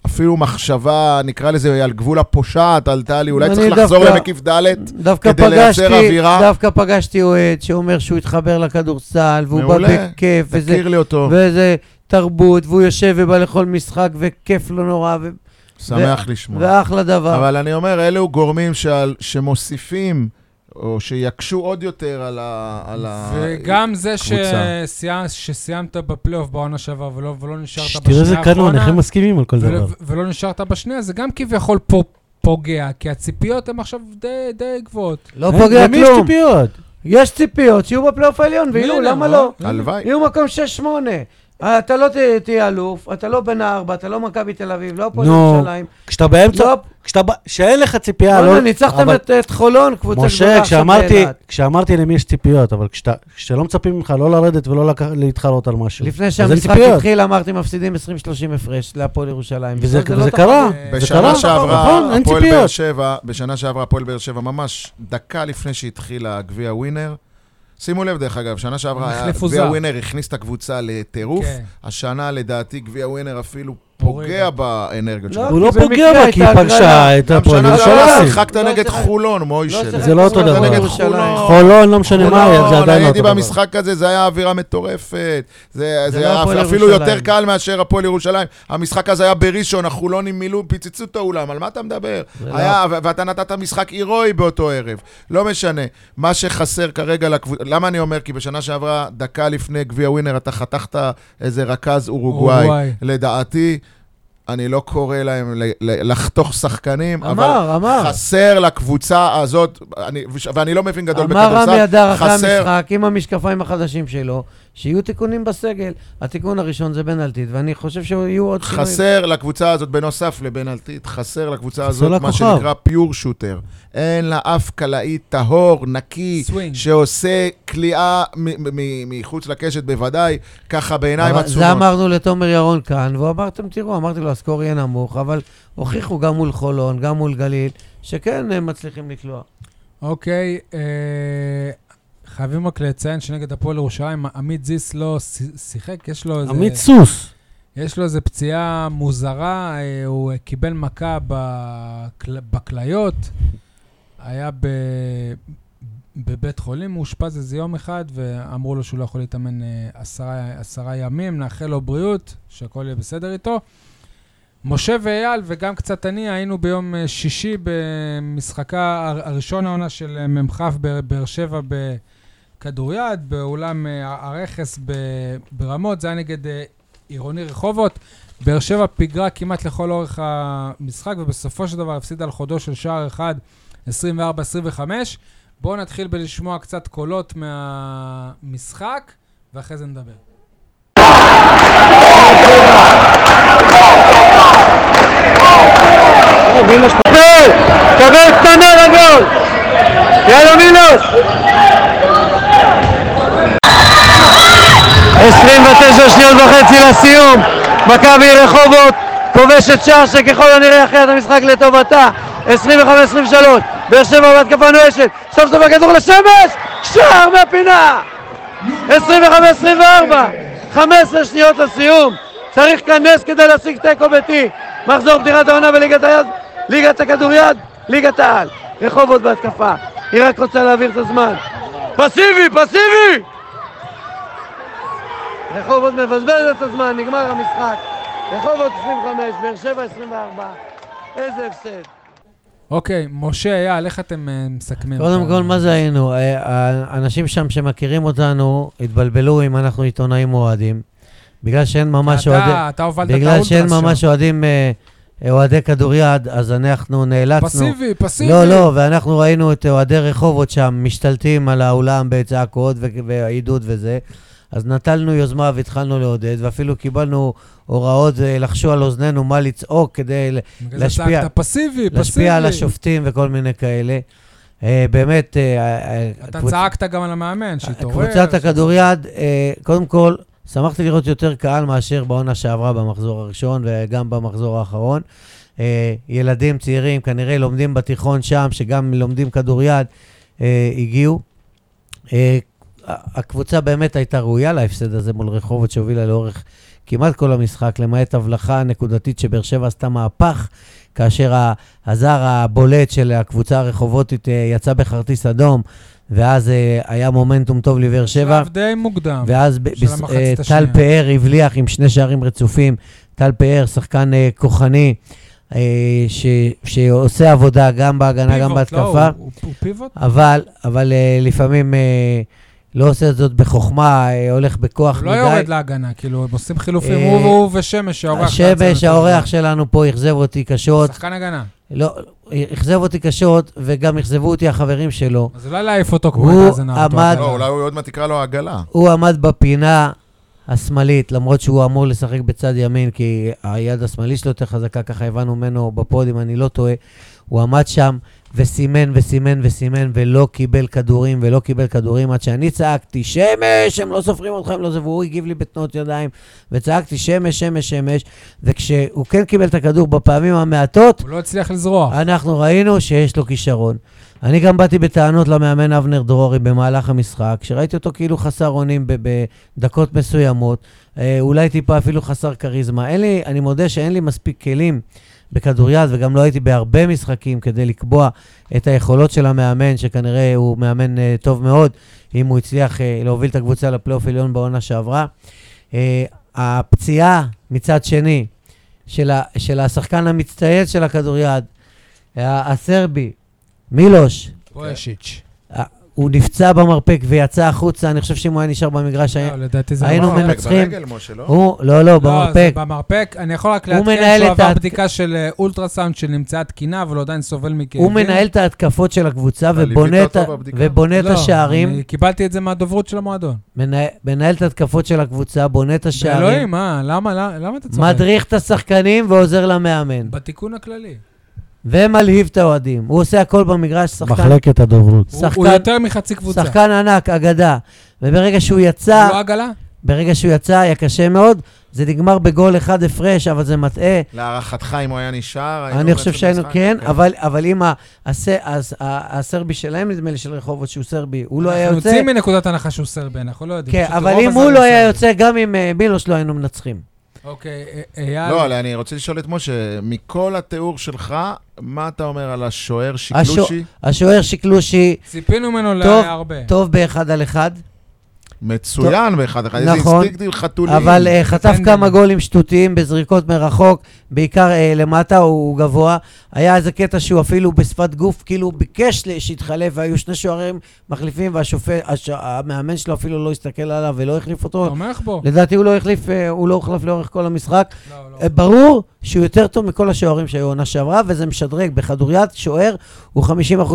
S4: אפילו מחשבה, נקרא לזה, על גבול הפושעת עלתה לי, אולי
S3: אני
S4: צריך לחזור
S3: דווקא-
S4: למקיף ד'.
S3: דווקא
S4: כדי לייצר
S3: פגשתי,
S4: אווירה.
S3: דווקא פגשתי אוהד שאומר שהוא התחבר לכדורסל, והוא בא
S4: מעולה.
S3: בכיף, וזה,
S4: תכיר לי אותו,
S3: וזה תרבות, והוא יושב ובא לכל משחק, וכיף לו נורא, ו-
S4: שמח לשמוע.
S3: ואחלה
S2: אה.
S3: דבר.
S4: אבל אני אומר, אלו גורמים שעל, שמוסיפים, או שיקשו עוד יותר על ה... על ה...
S1: וגם זה
S4: קבוצה.
S1: שסיימת, שסיימת בפלייאוף בעונה שעברה ולא, ולא נשארת
S2: ש-
S1: בשנייה
S2: תראה איזה
S1: האחרונה,
S2: קנון, איך הם מסכימים על כל
S1: ולא-
S2: דבר.
S1: ולא נשארת בשנייה, זה גם כביכול פה פוגע, כי הציפיות הן עכשיו די, די גבוהות.
S3: לא
S2: אין-
S3: פוגע
S2: למי יש
S3: כלום.
S2: ציפיות?
S3: יש ציפיות שיהיו בפלייאוף העליון, ויהיו,
S1: הנה,
S3: למה
S1: אה?
S3: לא?
S4: הלוואי.
S3: יהיו מקום 6-8. אתה לא ת- תהיה אלוף, אתה לא בן הארבע, אתה לא מכבי תל אביב, לא הפועל
S2: נו.
S3: ירושלים.
S2: כשאתה באמצע,
S3: לא,
S2: כשאתה, ב- שאין לך ציפייה, לא...
S3: וואלה, ניצחתם
S2: אבל-
S3: את- את חולון, קבוצה גדולה
S2: משה,
S3: עכשיו
S2: כשאמרתי,
S3: באילת.
S2: כשאמרתי למי יש ציפיות, אבל כשאתה, כשלא מצפים ממך לא לרדת ולא לק... להתחרות על משהו.
S3: לפני
S2: אז אין
S3: שהמשחק
S2: ציפיות.
S3: התחיל, אמרתי, מפסידים 20-30 הפרש להפועל ירושלים.
S2: וזה-
S3: בסדר, לא
S2: וזה
S3: תחרות.
S2: קרה.
S1: אה,
S2: זה קרה?
S4: בשנה
S2: נכון,
S4: שעברה,
S2: אין
S4: הפועל באר
S2: ציפיות.
S4: שבע, בשנה שעברה הפועל באר שבע, ממש דקה לפני שהתחילה גביע ווינר. שימו לב, דרך אגב, שנה שעברה היה-
S1: החליפו
S4: גביע
S1: זר.
S4: ווינר הכניס את הקבוצה לטירוף.
S1: כן.
S4: השנה, לדעתי, גביע ווינר אפילו
S1: הוריד.
S4: פוגע באנרגיות
S3: לא,
S4: שלה.
S2: הוא לא
S3: כי במקרה
S2: פוגע בה, כי היא
S3: הייתה הגרלה.
S2: פגשה את
S4: גם
S2: הפועל
S4: שנה שעברה
S2: ירושלים.
S4: שיחקת
S3: לא
S4: נגד
S3: צריך-
S4: חולון, מוישל.
S2: זה לא אותו
S3: שיחק
S2: דבר.
S3: נגד
S4: ירושלים.
S3: חולון.
S2: חולון, לא משנה מה היה, זה
S4: חולון,
S2: עדיין לא
S4: הייתי
S2: אותו דבר.
S4: במשחק הזה, זה היה אווירה מטורפת. זה
S3: זה
S4: זה
S3: לא
S4: היה
S3: הפועל
S4: אפילו
S3: ירושלים.
S4: יותר קל מאשר הפועל ירושלים. המשחק הזה היה בראשון, החולונים מילאו, פיצצו את האולם, על מה אתה מדבר?
S3: זה לא-
S4: היה, ו- ואתה נתת משחק הירואי באותו ערב. לא משנה. מה שחסר כרגע לקבוצה... למה אני אומר? כי בשנה שעברה, דקה לפני גביע ווינר, אתה חתכת איזה רכז אורוגוואי.
S1: אורוגוואי.
S4: לדעתי, אני לא קורא להם ל- ל- לחתוך שחקנים, לא- אבל...
S3: אמר, אמר.
S4: חסר לקבוצה הזאת, אני, ואני לא מבין גדול
S3: אמר
S4: בכדורסל,
S3: רמי אדר אחרי
S4: חסר
S3: המשחק, עם המשקפיים החדשים שלו, שיהיו תיקונים בסגל. התיקון הראשון זה בנאלטית, ואני חושב שיהיו עוד שינויים.
S4: חסר לקבוצה הזאת, בנוסף לבנאלטית, חסר לקבוצה
S2: חסר
S4: הזאת
S2: לה
S4: מה
S2: כוכב.
S4: שנקרא פיור שוטר. אין לה אף קלעי טהור, נקי,
S1: סווינג.
S4: שעושה כליאה מ- מ- מ- מחוץ לקשת בוודאי, ככה בעיניים
S3: אבל זה
S4: עצומות.
S3: אמרנו לתומר ירון כאן, והוא אמר, אתם תראו, אמרתי לו, הסקור יהיה נמוך, אבל הוכיחו גם מול אה, חולון, גם מול גליל, שכן הם מצליחים לקלוע.
S1: אוקיי, אה, חייבים רק לציין שנגד הפועל ירושלים, עמית זיס לא ש- שיחק, יש לו איזה...
S2: עמית סוס.
S1: יש לו איזו פציעה מוזרה, אה, הוא אה, קיבל מכה בכל... בכליות, היה ב... בבית חולים, מאושפז איזה יום אחד, ואמרו לו שהוא לא יכול להתאמן אה, עשרה, עשרה ימים, נאחל לו בריאות, שהכל יהיה בסדר איתו. משה ואייל, וגם קצת אני, היינו ביום אה, שישי במשחקה הר- הראשון העונה של אה, מ"כ באר- באר שבע בכדוריד, באולם אה, הרכס ב- ברמות, זה היה נגד אה, עירוני רחובות. באר שבע פיגרה כמעט לכל אורך המשחק, ובסופו של דבר הפסידה על חודו של שער אחד, 24-25. בואו נתחיל בלשמוע קצת קולות מהמשחק, ואחרי זה נדבר.
S5: קבל סטנר הגול! יאללה מילוס! 29 שניות וחצי לסיום, מכבי רחובות כובשת שער שככל הנראה אחרי המשחק לטובתה 25-23, באר שבע בהתקפה נואשת, סוף סוף הכדור לשמש! שער מהפינה! 25-24, 15 שניות לסיום, צריך כאן נס כדי להשיג תיקו ביתי, מחזור פתיחת העונה בליגת היד, ליגת הכדוריד, ליגת העל, רחובות בהתקפה, היא רק רוצה להעביר את הזמן, פסיבי, פסיבי! רחובות מבזבז את הזמן, נגמר המשחק, רחובות 25, באר שבע 24, איזה הפסד.
S1: אוקיי, משה, אייל, איך אתם אה, מסכמים?
S3: קודם
S1: את
S3: כל,
S1: ה-
S3: מה זה היינו? אה, האנשים שם שמכירים אותנו התבלבלו אם אנחנו עיתונאים או אוהדים. בגלל שאין ממש
S1: אתה-
S3: אוהדים...
S1: אתה הובלת את
S3: בגלל
S1: האולטרס
S3: שאין
S1: שם.
S3: ממש אוהדים, אה, אוהדי כדוריד, אז אנחנו נאלצנו...
S1: פסיבי, פסיבי.
S3: לא, לא, ואנחנו ראינו את אוהדי רחובות שם משתלטים על האולם בצעקות ו- ועידוד וזה. אז נטלנו יוזמה והתחלנו לעודד, ואפילו קיבלנו הוראות אה, לחשו על אוזנינו מה לצעוק כדי ל-
S1: בגלל זה
S3: להשפיע-
S1: צעקת פסיבי, פסיבי.
S3: להשפיע על השופטים וכל מיני כאלה. אה, באמת, אה, אה,
S1: אתה
S3: הקבוצ-
S1: צעקת גם על המאמן, שהתעורר.
S3: קבוצת הכדוריד, אה, קודם כל, שמחתי לראות יותר קהל מאשר בעונה שעברה במחזור הראשון וגם במחזור האחרון. אה, ילדים צעירים, כנראה לומדים בתיכון שם, שגם לומדים כדוריד, אה, הגיעו. אה, הקבוצה באמת הייתה ראויה להפסד הזה מול רחובות שהובילה לאורך כמעט כל המשחק, למעט הבלחה נקודתית שבאר שבע עשתה מהפך, כאשר ה- הזר הבולט של הקבוצה הרחובותית אה, יצא בכרטיס אדום, ואז אה, היה מומנטום טוב לבאר שבע.
S1: שלב די מוקדם.
S3: ואז ב-
S1: של
S3: בס-
S1: המחצית
S3: אה, טל
S1: השנייה.
S3: פאר הבליח עם שני שערים רצופים. טל פאר, שחקן אה, כוחני, אה, ש- שעושה עבודה גם בהגנה, גם
S1: פיבוט, לא,
S3: בהתקפה.
S1: הוא- הוא- הוא פיבוט?
S3: אבל, אבל אה, לפעמים אה, לא עושה את זאת בחוכמה, אה, הולך בכוח
S1: הוא
S3: מדי.
S1: לא יורד להגנה, כאילו, הם עושים חילופים,
S3: אה,
S1: הוא הוא ושמש, שהאורח...
S3: השמש, האורח שלנו פה אכזב אותי קשות.
S1: שחקן הגנה.
S3: לא, אכזב אותי קשות, וגם אכזבו אותי החברים שלו.
S1: אז אולי להעיף אותו כמו
S3: הוא
S1: את אזנאוטו.
S3: עמד-
S4: לא, אולי הוא עוד מעט יקרא לו עגלה.
S3: הוא עמד בפינה השמאלית, למרות שהוא אמור לשחק בצד ימין, כי היד השמאלית שלו יותר חזקה, ככה הבנו ממנו בפוד, אם אני לא טועה. הוא עמד שם וסימן וסימן וסימן, ולא קיבל כדורים ולא קיבל כדורים, עד שאני צעקתי, שמש, הם לא סופרים אותך, הם לא זה, והוא הגיב לי בתנועות ידיים, וצעקתי, שמש, שמש, שמש, וכשהוא כן קיבל את הכדור בפעמים המעטות,
S1: הוא לא הצליח לזרוע.
S3: אנחנו ראינו שיש לו כישרון. אני גם באתי בטענות למאמן אבנר דרורי במהלך המשחק, שראיתי אותו כאילו חסר אונים ב- בדקות מסוימות, אה, אולי טיפה אפילו חסר כריזמה. אין לי, אני מודה שאין לי מספיק כלים בכדוריד, וגם לא הייתי בהרבה משחקים כדי לקבוע את היכולות של המאמן, שכנראה הוא מאמן אה, טוב מאוד, אם הוא הצליח אה, להוביל את הקבוצה לפלייאוף עליון בעונה שעברה. אה, הפציעה מצד שני של, ה, של השחקן המצטייץ של הכדוריד, ה- הסרבי, מילוש,
S1: בואשיץ'.
S3: ה- הוא נפצע במרפק ויצא החוצה, אני חושב שאם הוא היה נשאר במגרש, היה...
S1: לא, לדעתי זה...
S3: היינו
S1: לא במרפק.
S3: מנצחים.
S4: ברגל, משה, לא?
S3: הוא, לא, לא,
S1: לא, זה
S3: במרפק.
S1: במרפק. אני יכול רק
S3: הוא מנהל
S1: לעדכן שהוא
S3: את
S1: עבר
S3: ההת-
S1: בדיקה של אה, אולטרסאונד שנמצאה תקינה, אבל הוא עדיין סובל מכאבים.
S3: הוא מנהל את ההתקפות של הקבוצה
S4: אבל
S3: ובונה
S4: ליווית
S3: את, ה-
S4: אותו בבדיקה?
S3: ובונה את
S1: לא,
S3: השערים,
S1: אני קיבלתי את זה מהדוברות של המועדון.
S3: מנה- מנהל את ההתקפות של הקבוצה, בונה את השערים,
S1: אלוהים, מה? למה למה- למה אתה צוחק?
S3: מדריך את השחקנים ועוזר למאמן.
S1: בתיקון הכללי.
S3: ומלהיב את האוהדים. הוא עושה הכל במגרש, שחקן,
S2: מחלקת הדוברות.
S1: הוא- הוא
S3: שחקן-
S1: יותר מחצי קבוצה.
S3: שחקן ענק, אגדה. וברגע שהוא
S1: הוא
S3: יצא,
S1: לא עגלה?
S3: ברגע שהוא יצא היה קשה מאוד, זה נגמר בגול אחד הפרש, אבל זה מטעה.
S4: להערכתך, אם הוא היה נשאר, היינו
S3: אני חושב
S4: מנצחים
S3: שהיינו,
S4: משחק?
S3: כן, אבל, אבל אם ה- הס- הס- ה- הסרבי שלהם, נדמה לי, של רחובות, שהוא סרבי, הוא לא היה
S1: אנחנו
S3: יוצא.
S1: יוצאים מנקודת הנחה שהוא סרבי, אנחנו לא יודעים.
S3: כן,
S1: פשוט
S3: אבל
S1: רוב
S3: אם
S1: הזמן
S3: הוא לא היה
S1: סרבי.
S3: יוצא, גם עם אה, מילוש לא היינו מנצחים.
S1: אוקיי, אה, אייל.
S4: לא, אבל אני רוצה לשאול את משה, מכל התיאור שלך, מה אתה אומר על השוער
S3: השו-
S4: שקלושי?
S3: השוער שקלושי,
S1: ציפינו ממנו
S3: טוב,
S1: להרבה.
S3: טוב באחד על אחד,
S4: מצוין באחד אחד, איזה
S3: נכון,
S4: אינסטינקטים חתולים.
S3: אבל אה, חטף
S1: פנדלים.
S3: כמה גולים שטותיים בזריקות מרחוק, בעיקר אה, למטה, הוא הוא גבוה. היה איזה קטע שהוא אפילו בשפת גוף, כאילו הוא ביקש ל- שיתחלף, והיו שני שוערים מחליפים, והמאמן שלו אפילו לא הסתכל עליו ולא החליף אותו.
S1: תומך בו?
S3: לדעתי הוא לא החליף, אה, הוא לא הוחלף לאורך כל המשחק.
S1: לא, לא.
S3: אה, ברור שהוא יותר טוב מכל השוערים שהיו עונה שעברה, וזה משדרג. בכדוריד, שוער הוא 50%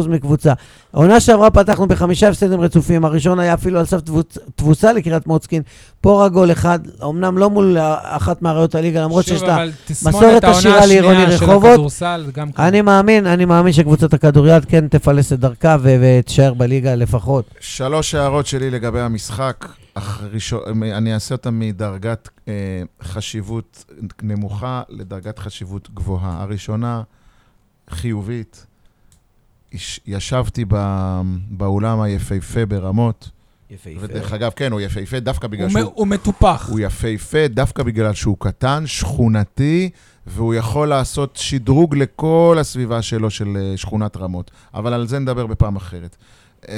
S3: מקבוצה. העונה שעברה פתחנו בחמישה הפסדים רצופים, הראשון היה אפילו על סף תבוצ- תבוסה לקריית מוצקין. פה רק גול אחד, אמנם לא מול אה, אחת מאריות הליגה, למרות שיש לה... מסורת עשירה לעירוני רחובות. אני
S1: אני...
S3: מאמין, אני מאמין שקבוצת הכדוריד כן תפלס את דרכה ו- ותישאר בליגה לפחות.
S4: שלוש הערות שלי לגבי המשחק. אך ראשון- אני אעשה אותם מדרגת אה, חשיבות נמוכה לדרגת חשיבות גבוהה. הראשונה, חיובית. יש- ישבתי ב- באולם היפהפה ברמות. ודרך אגב, כן, הוא יפהפה דווקא בגלל שהוא...
S1: הוא מטופח.
S4: הוא יפהפה דווקא בגלל שהוא קטן, שכונתי, והוא יכול לעשות שדרוג לכל הסביבה שלו, של אה, שכונת רמות. אבל על זה נדבר בפעם אחרת. אמ,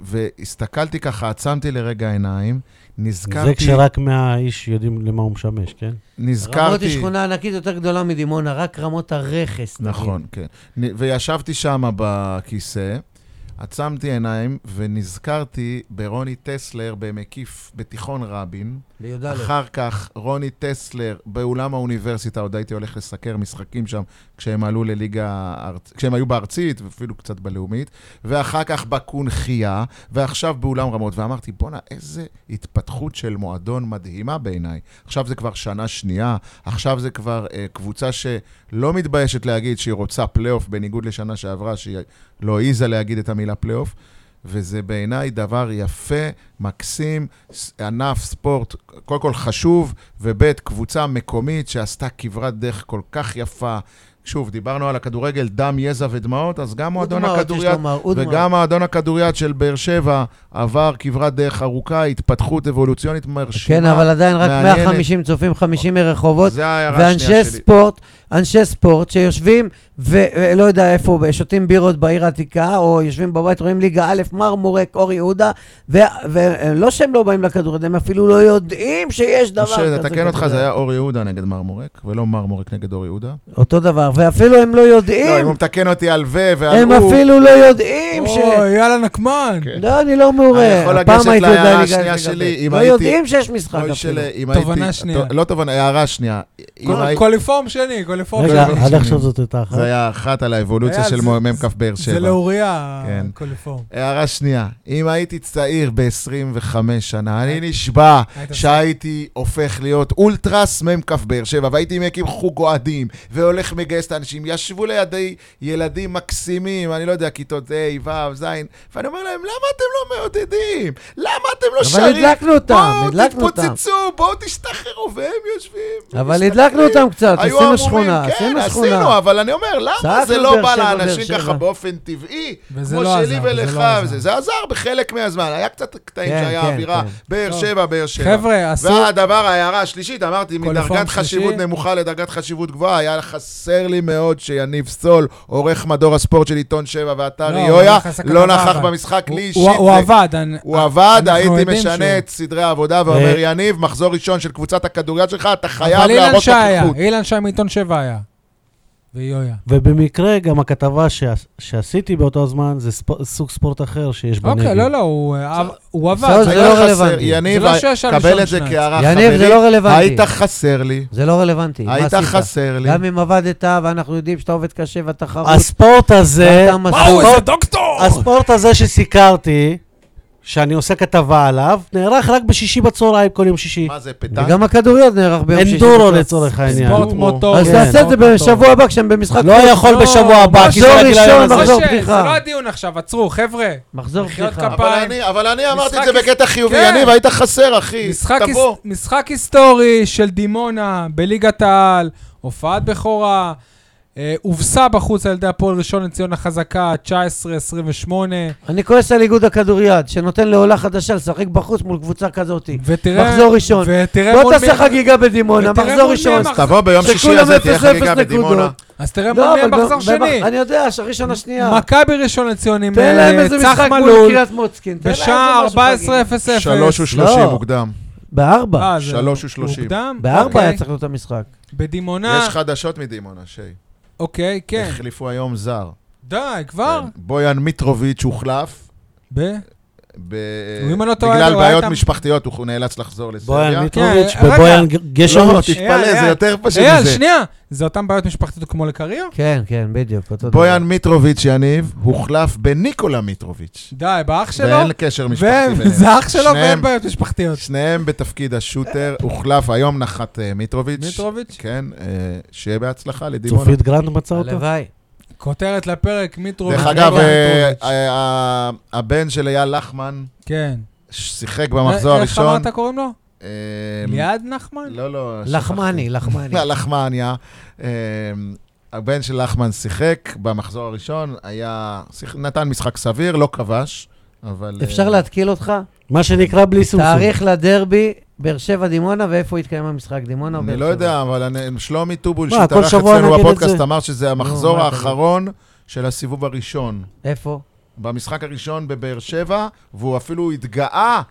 S4: והסתכלתי ככה, עצמתי לרגע עיניים,
S2: זה
S4: נזכרתי,
S2: כשרק 100 איש יודעים למה הוא משמש, כן?
S3: רמות היא
S4: נזכרתי...
S3: שכונה ענקית יותר גדולה מדימונה, רק רמות הרכס. נגיד.
S4: נכון, כן. נ- וישבתי שם בכיסא, עצמתי עיניים ונזכרתי ברוני טסלר במקיף בתיכון רבין.
S3: בי"א.
S4: אחר כך, רוני טסלר, באולם האוניברסיטה, עוד הייתי הולך לסקר משחקים שם, כשהם עלו לליגה, הארצ- כשהם היו בארצית, ואפילו קצת בלאומית, ואחר כך בקונחייה, ועכשיו באולם רמות. ואמרתי, בואנה, איזה התפתחות של מועדון מדהימה בעיניי. עכשיו זה כבר שנה שנייה, עכשיו זה כבר אה, קבוצה שלא מתביישת להגיד שהיא רוצה פלייאוף, בניגוד לשנה שעברה, שהיא לא העיזה להגיד את המילה פלייאוף. וזה בעיניי דבר יפה, מקסים, ס- ענף ספורט, קודם כל חשוב, וב' קבוצה מקומית שעשתה כברת דרך כל כך יפה. שוב, דיברנו על הכדורגל, דם, יזע ודמעות, אז גם מועדון
S3: אודמרט, לא יש
S4: הכדוריד
S3: לומר, אודמרט.
S4: וגם מועדון הכדוריד של באר שבע עבר כברת דרך ארוכה, התפתחות אבולוציונית מרשימה.
S3: כן, אבל עדיין רק
S4: מעניינת.
S3: 150 צופים, 50 מרחובות,
S4: זה ההערה השנייה
S3: ואנשי
S4: שלי.
S3: ספורט, אנשי ספורט שיושבים, ו- ולא יודע איפה, שותים בירות בעיר העתיקה, או יושבים בבית, רואים ליגה א', מרמורק, אור יהודה, ולא שהם לא באים לכדורגל, הם אפילו לא יודעים שיש דבר כזה.
S4: משה, תקן אותך,
S3: כדורגל.
S4: זה היה אור יהודה נגד מרמורק, ולא מרמורק נגד אור יהודה.
S3: אותו דבר, ואפילו הם לא
S4: לא, אם הוא
S3: יודעים,
S4: מתקן אותי על ו ועל
S3: הם
S4: הוא.
S3: אפילו לא יודעים ש...
S1: אוי, יאללה נקמן.
S4: כן.
S3: לא, אני לא מעורה.
S4: אני יכול
S3: הפעם
S4: לגשת
S3: הייתי יודע
S4: להערה
S3: ליגה
S4: השנייה
S3: א', ליגה
S4: שלי,
S3: ב'.
S4: אם
S3: לא
S4: הייתי-
S3: יודעים שיש משחק
S4: אוי
S3: אפילו.
S4: של- אם
S1: כאילו, תובנה
S4: הייתי-
S1: שנייה.
S4: לא תובנה, הערה שנייה. אם
S1: קול-
S4: הי-
S1: קוליפורם שני, קוליפורם
S2: רגע,
S1: שני.
S2: עד עכשיו זאת הייתה אחת.
S4: זה היה אחת על האבולוציה
S1: היה,
S4: של
S1: זה-
S4: מ"כ באר
S1: זה
S4: שבע.
S1: לאוריה,
S4: כן.
S1: קוליפורם.
S4: הערה שנייה, אם הייתי צעיר ב-25 שנה, אני נשבע
S1: היית
S4: שהייתי הופך להיות אולטרס מ"כ באר שבע, והייתי מקים חוג אוהדים, והולך מגייס את האנשים, ישבו לידי ילדים מקסימים, אני לא יודע, כיתות ה', ו', ז', ואני אומר להם, למה אתם לא מעודדים? למה אתם לא
S3: אבל
S4: שרים?
S3: הדלקנו אותם, הדלקנו
S4: בואו
S3: אותם."
S4: תתפוצצו, בואו תשתחררו, והם
S3: אבל
S4: יושבים. מסתכלים.
S3: הדלקנו אותם קצת,
S4: היו
S3: עשינו
S4: אמורים,
S3: שכונה,
S4: כן,
S3: עשינו
S4: עשינו,
S3: שכונה.
S4: אבל אני אומר, למה
S3: צעקנו
S4: זה לא
S3: באר
S4: בא
S3: שבע, באר
S4: לאנשים
S3: שבע.
S4: ככה באופן טבעי,
S1: וזה
S4: כמו
S1: לא
S4: שלי
S1: עזר, וזה
S4: ולך,
S1: לא עזר.
S4: וזה- זה עזר בחלק מהזמן, היה קצת קטעים
S3: כן,
S4: שהיה
S3: כן,
S4: אווירה,
S3: כן.
S4: באר
S1: טוב.
S4: שבע, באר שבע.
S1: חבר'ה, אסור...
S4: והדבר, ההערה השלישית, אמרתי,
S1: קוליפורם
S4: מדרגת חשיבות
S1: שלישי.
S4: נמוכה לדרגת חשיבות גבוהה, היה חסר לי מאוד שיניב סול, עורך מדור הספורט של עיתון שבע ואתר
S1: לא, הוא
S4: יויה,
S1: ערך הסכנה
S4: לא
S1: הבאה,
S4: נכח
S1: אבל.
S4: במשחק,
S1: הוא-
S4: לי אישית.
S1: הוא- הוא
S4: זה-
S1: עבד. אני-
S4: הוא עבד,
S1: אנחנו
S4: הייתי
S1: יודעים
S4: משנה
S1: שהוא-
S4: את סדרי העבודה ואומר,
S2: אה,
S4: יניב, מחזור ראשון של קבוצת הכדוריד שלך, אתה חייב
S1: אבל אילן
S4: להראות
S1: שי היה,
S4: נוכחות.
S1: אילן שי מעיתון שבע היה. ויויה.
S2: ובמקרה, גם הכתבה שעש- שעשיתי באותו הזמן, זה ספ- סוג ספורט אחר שיש בנגב.
S1: אוקיי, לא, לא, הוא, אה, הוא עבד.
S3: בסדר, זה
S4: היה
S3: לא
S4: חסר,
S3: רלוונטי.
S4: יניב, אה,
S1: זה לא שיש על
S4: קבל
S1: ראשון
S4: את זה
S1: שניים.
S4: כהערה חברית.
S3: יניב, זה לא רלוונטי.
S4: היית חסר לי,
S3: זה לא רלוונטי, מה
S4: היית
S3: עשית?
S4: חסר לי.
S3: גם אם עבדת, ואנחנו יודעים שאתה עובד קשה ואתה חרוץ,
S2: הספורט הזה,
S3: ואתה מסור.
S1: וואו, איזה דוקטור!
S2: הספורט הזה שסיקרתי, שאני עושה כתבה עליו, נערך רק בשישי בצהריים כל יום שישי.
S4: מה זה, פטנק?
S3: וגם הכדוריות נערך ביום שישי.
S2: אנדורו
S1: לא
S2: לצורך העניין.
S1: ספורט מוטור.
S3: אז
S2: כן.
S3: תעשה
S1: לא
S3: את זה בשבוע הבא כשהם במשחק.
S2: לא
S3: חוץ.
S2: יכול בשבוע הבא, כי
S3: לא,
S2: זה רק
S3: ראשון,
S2: ליום הזה.
S1: זה
S3: מחזור
S1: ש-
S3: פתיחה.
S1: זה לא הדיון עכשיו, עצרו, חבר'ה.
S3: מחזור
S1: מחיאות
S3: פתיחה.
S1: כפיים.
S4: אבל אני- אבל אני אמרתי את זה
S1: משחק-
S4: בקטע חיובי,
S1: כן.
S4: יניב, היית חסר, אחי.
S1: משחק, היס...
S4: תבוא.
S1: משחק היסטורי של דימונה בליגת העל, הופעת בכורה, אה, הובסה בחוץ על ידי הפועל ראשון לציון החזקה, 19-28,
S3: אני כועס על איגוד הכדוריד, שנותן לעולה חדשה לשחק בחוץ מול קבוצה כזאת.
S1: ותראה...
S3: מחזור ראשון.
S1: ותראה
S3: לא
S1: כן, מול
S3: תעשה
S1: מי-
S3: חגיגה בדימונה,
S1: ותראה
S3: מחזור
S1: מול מי
S3: ראשון.
S1: הם מחזור-
S4: תבוא ביום שישי
S3: שכולם
S4: הזה, תהיה
S3: 0-0
S4: חגיגה בדימונה.
S3: נקודות.
S1: אז תראה
S3: לא,
S1: מול מי
S3: אבל
S1: המחזור
S3: ב-
S1: שני.
S3: ב- אני יודע, שהראשון השנייה.
S1: מכבי ראשון לציון עם
S3: תן להם
S1: אה,
S3: איזה
S1: צח
S3: משחק מול
S1: מלול,
S3: קריית מוצקין. תן להם
S1: בשעה
S3: איזה משהו חגיגי.
S1: 14:00.
S4: שלוש ושלושים
S3: לא.
S4: מוקדם.
S3: בארבע.
S1: אה, זה
S4: שלוש ושלושים.
S1: מוקדם?
S3: בארבע
S1: אוקיי.
S3: היה צריך להיות המשחק.
S1: בדימונה,
S4: יש חדשות מדימונה, שי.
S1: אוקיי, כן. אה.
S4: החליפו היום זר.
S1: די, כבר.
S4: כן. בויאן מיטרוביץ' הוחלף.
S1: ב-
S4: ב-
S1: אם אני לא טועה,
S4: בגלל
S1: הוא היה
S4: בעיות
S1: איתם-
S4: משפחתיות הוא נאלץ לחזור
S2: בויאן
S4: לסרביה.
S2: מיטרוביץ'
S1: כן, רגע.
S2: ובויאן
S4: לא,
S2: גשרוביץ'.
S1: אייל,
S4: תתפלא, זה
S1: אייל.
S4: יותר פשוט
S1: אייל,
S4: מזה.
S1: שנייה! זה אותן בעיות משפחתיות כמו לקריר?
S3: כן, כן, בדיוק, אותו דבר.
S4: בויאן מיטרוביץ', יניב, הוחלף בניקולה מיטרוביץ'.
S1: די, באח שלו?
S4: ואין קשר משפחתי
S1: והם-
S4: ביניהם.
S1: זה אח שלו ואין
S4: שניהם-
S1: בעיות משפחתיות.
S4: שניהם בתפקיד השוטר, הוחלף, היום נחת אה, מיטרוביץ'.
S1: מיטרוביץ'?
S4: כן, אה, שיהיה בהצלחה לדימונה.
S2: צופית גרנד מצא אותו?
S3: הלוואי.
S1: כותרת לפרק, מיטרוביץ'.
S4: דרך אגב,
S1: מיטרוביץ'.
S4: אה, אה, אה, הבן של אייל לחמן
S1: כן.
S4: שיחק במחזור
S1: אה, איך
S4: הראשון.
S1: אמרת קוראים לו?
S4: אה,
S1: ליעד נחמן?
S4: לא, לא.
S3: לחמני, לחמני.
S1: [laughs]
S4: שכחתי. לחמניה. אה, הבן של לחמן שיחק במחזור הראשון, היה, שיח- נתן משחק סביר, לא כבש, אבל... אה,
S3: אפשר להתקיל אותך?
S2: מה שנקרא בלי סומסום.
S3: תאריך לדרבי, באר שבע דימונה, ואיפה יתקיים המשחק? דימונה או באר
S4: אני
S3: שבע?
S4: לא יודע, אבל אני- שלומי טובול,
S2: מה, כל
S4: שהתארח
S2: שבוע
S4: אצלנו
S2: נגיד את
S4: בפודקאסט,
S2: זה?
S4: אמר שזה
S3: נו,
S4: המחזור
S3: מה אתה
S4: האחרון של הסיבוב הראשון.
S3: איפה?
S4: במשחק הראשון בבאר שבע, והוא אפילו התגאה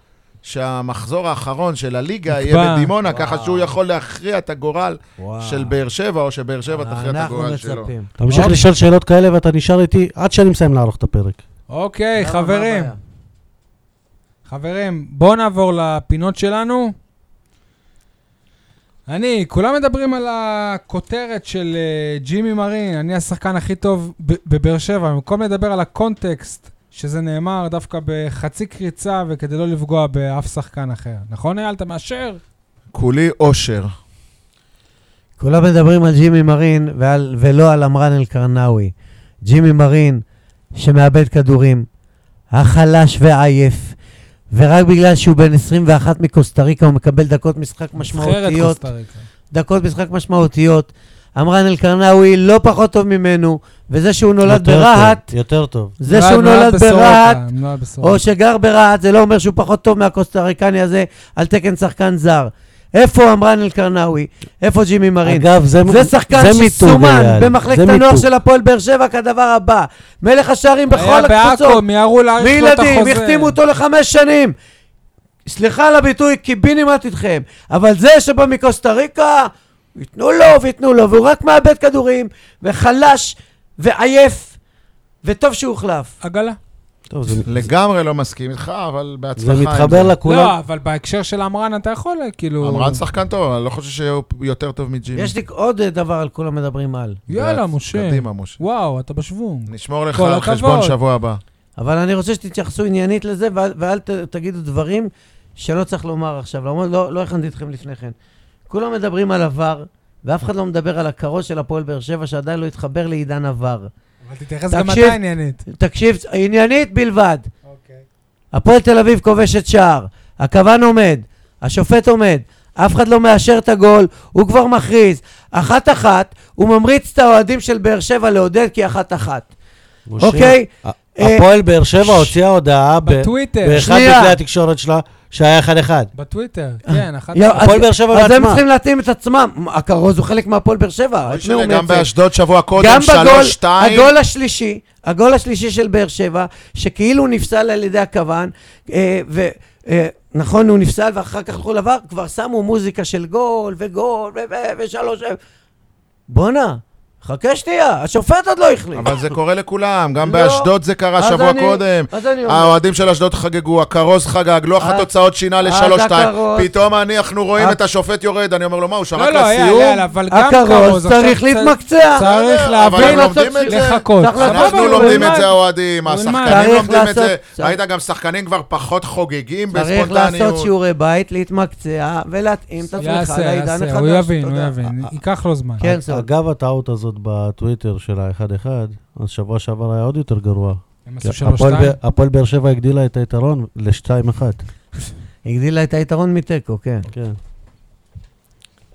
S4: שהמחזור האחרון של הליגה
S1: נקבע.
S4: יהיה בדימונה,
S3: וואו.
S4: ככה שהוא יכול להכריע את הגורל
S3: וואו. אה,
S4: של באר שבע, או שבאר שבע תכריע את הגורל שלו.
S3: אנחנו מצפים.
S2: תמשיך
S1: אוקיי.
S2: לשאול שאלות כאלה ואתה נשאר איתי עד שאני מסיים לערוך את הפרק.
S1: אוקיי,
S3: למה, מה
S1: חברים.
S3: הבעיה?
S1: חברים, בואו נעבור לפינות שלנו. אני, כולם מדברים על הכותרת של אה, ג'ימי מרין, אני השחקן הכי טוב ב- בבאר שבע. במקום לדבר על הקונטקסט, שזה נאמר דווקא בחצי קריצה וכדי לא לפגוע באף שחקן אחר. נכון, אייל? אתה מאשר?
S4: כולי אושר.
S3: כולם מדברים על ג'ימי מרין ועל, ולא על אמרן אל-קרנאווי. ג'ימי מרין, שמאבד כדורים, החלש והעייף, ורק בגלל שהוא בן 21 מקוסטה ריקה, הוא מקבל דקות משחק
S1: נבחרת
S3: משמעותיות.
S1: קוסטה ריקה.
S3: דקות משחק משמעותיות. אמרן אל-קרנאווי לא פחות טוב ממנו, וזה שהוא נולד
S2: יותר
S3: ברהט,
S2: טוב, יותר טוב.
S3: זה
S1: נולד-
S3: שהוא נולד
S1: בסורוקה,
S3: ברהט,
S1: נולד בסורוקה.
S3: או שגר ברהט, זה לא אומר שהוא פחות טוב מהקוסטריקני הזה על תקן שחקן זר. איפה אמרן אל-קרנאווי? איפה ג'ימי מרין?
S2: אגב, זה
S3: זה
S2: מ-
S3: שחקן
S2: זה מיתוג,
S3: שסומן
S2: אייל.
S3: במחלקת
S2: זה
S3: הנוער
S2: מיתוג.
S3: של הפועל באר שבע כדבר הבא. מלך השערים בכל
S1: היה בעכו,
S3: הקבוצות.
S1: מיהרו להאריך לו את החוזה.
S3: מילדים, החתימו אותו לחמש שנים. סליחה על הביטוי, קיבינימט איתכם. אבל זה שבא מקוסטה ריקה, ייתנו לו וייתנו לו, והוא רק מאבד כדורים, וחלש, ועייף, וטוב שהוא הוחלף.
S1: עגלה.
S2: טוב, זה-
S4: לגמרי לא מסכים איתך, אבל בהצלחה.
S2: זה
S4: עם
S2: מתחבר לכולם.
S1: לא, אבל בהקשר של עמרן אתה יכול, כאילו...
S4: אמרן שחקן טוב, אבל אני לא חושב שהוא יותר טוב מג'ימי.
S3: יש לי עוד אה, דבר על כולם מדברים על.
S1: יאללה, משה.
S4: קדימה, משה.
S1: וואו, אתה בשוונג.
S4: נשמור לך
S1: כל
S4: על
S1: הכבוד.
S4: חשבון שבוע הבא.
S3: אבל אני רוצה שתתייחסו עניינית לזה, ואל, ואל ת, תגידו דברים שלא צריך לומר עכשיו. למרות, לא, לא הכנתי אתכם לפני כן. כולם מדברים על עבר, ואף אחד לא מדבר על הכרוז של הפועל באר שבע, שעדיין לא התחבר לעידן עבר.
S1: אבל תתייחס גם
S3: תקשיב.
S1: אתה עניינית.
S3: תקשיב, עניינית בלבד.
S1: אוקיי.
S3: הפועל תל אביב כובשת שער, הכוון עומד, השופט עומד, אף אחד לא מאשר את הגול, הוא כבר מכריז. אחת-אחת, הוא ממריץ את האוהדים של באר שבע לעודד כי אחת-אחת.
S2: משה,
S3: אוקיי.
S2: ה- הפועל באר שבע הוציאה הודעה ב-
S1: בטוויטר,
S2: באחד
S3: שנייה.
S2: מכלי התקשורת שלה, שהיה אחד אחד.
S1: בטוויטר, כן, אחת...
S3: יו,
S2: הפועל
S3: אז-
S2: באר שבע
S3: אז הם
S2: בעצמה.
S3: צריכים להתאים את עצמם. הכרוז הוא חלק מהפועל באר שבע. את מי הוא
S4: גם
S3: מייצג?
S4: באשדוד שבוע קודם,
S3: גם בגול,
S4: 3-2.
S3: הגול השלישי, הגול השלישי של באר שבע, שכאילו נפסל על ידי הכוון, אה, ו... אה, נכון, הוא נפסל ואחר כך הלכו לבר, כבר שמו מוזיקה של גול וגול ו- ו- ושלוש... בואנה, חכה שנייה, השופט עוד לא החליט.
S4: אבל זה קורה לכולם, גם
S3: לא.
S4: באשדוד זה קרה
S3: אז
S4: שבוע
S3: אני-
S4: קודם.
S3: אז אני אומר,
S4: האוהדים של אשדוד חגגו, הכרוז חגג, לוח
S3: אז-
S4: התוצאות שינה
S3: אז
S4: לשלוש-שתיים.
S3: אה, הכרוז- אה-
S4: פתאום אני- אנחנו רואים
S3: אז-
S4: את השופט יורד, אני אומר לו, מה, הוא שרק
S1: לא, לא, יאללה,
S4: לסיום?
S1: יאללה, אבל גם כרוז.
S3: הכרוז
S1: עכשיו
S3: צריך
S1: צריך-
S3: להתמקצע.
S1: צריך
S4: בסדר, אבל
S1: להבין
S4: הם לומדים את זה.
S1: לחכות.
S3: צריך לעשות-
S1: סבבה,
S4: אנחנו
S1: הוא
S4: לומדים
S1: ילמד.
S4: את זה, האוהדים,
S1: הוא ילמד.
S4: השחקנים
S3: צריך
S4: לומדים את זה.
S3: לעשות-
S4: ראית, גם שחקנים כבר פחות חוגגים
S3: צריך לעשות
S4: בספונטניות.
S3: שיעורי בית, להתמקצע ולהתאים את עצמך
S1: יעשה,
S3: לעידן
S1: יעשה,
S3: החדש.
S1: הוא יבין, הוא
S3: תודה.
S1: יבין, ייקח לו זמן.
S3: כן, סול.
S2: אגב, הטעות הזאת בטוויטר של ה-1-1, אז שבוע שעבר היה עוד יותר גרוע.
S1: הם
S2: כי
S1: עשו
S2: הפועל
S1: 3-2.
S2: ב- הפועל באר שבע הגדילה את היתרון ל-2-1.
S3: הגדילה את היתרון מתיקו, כן.
S2: כן.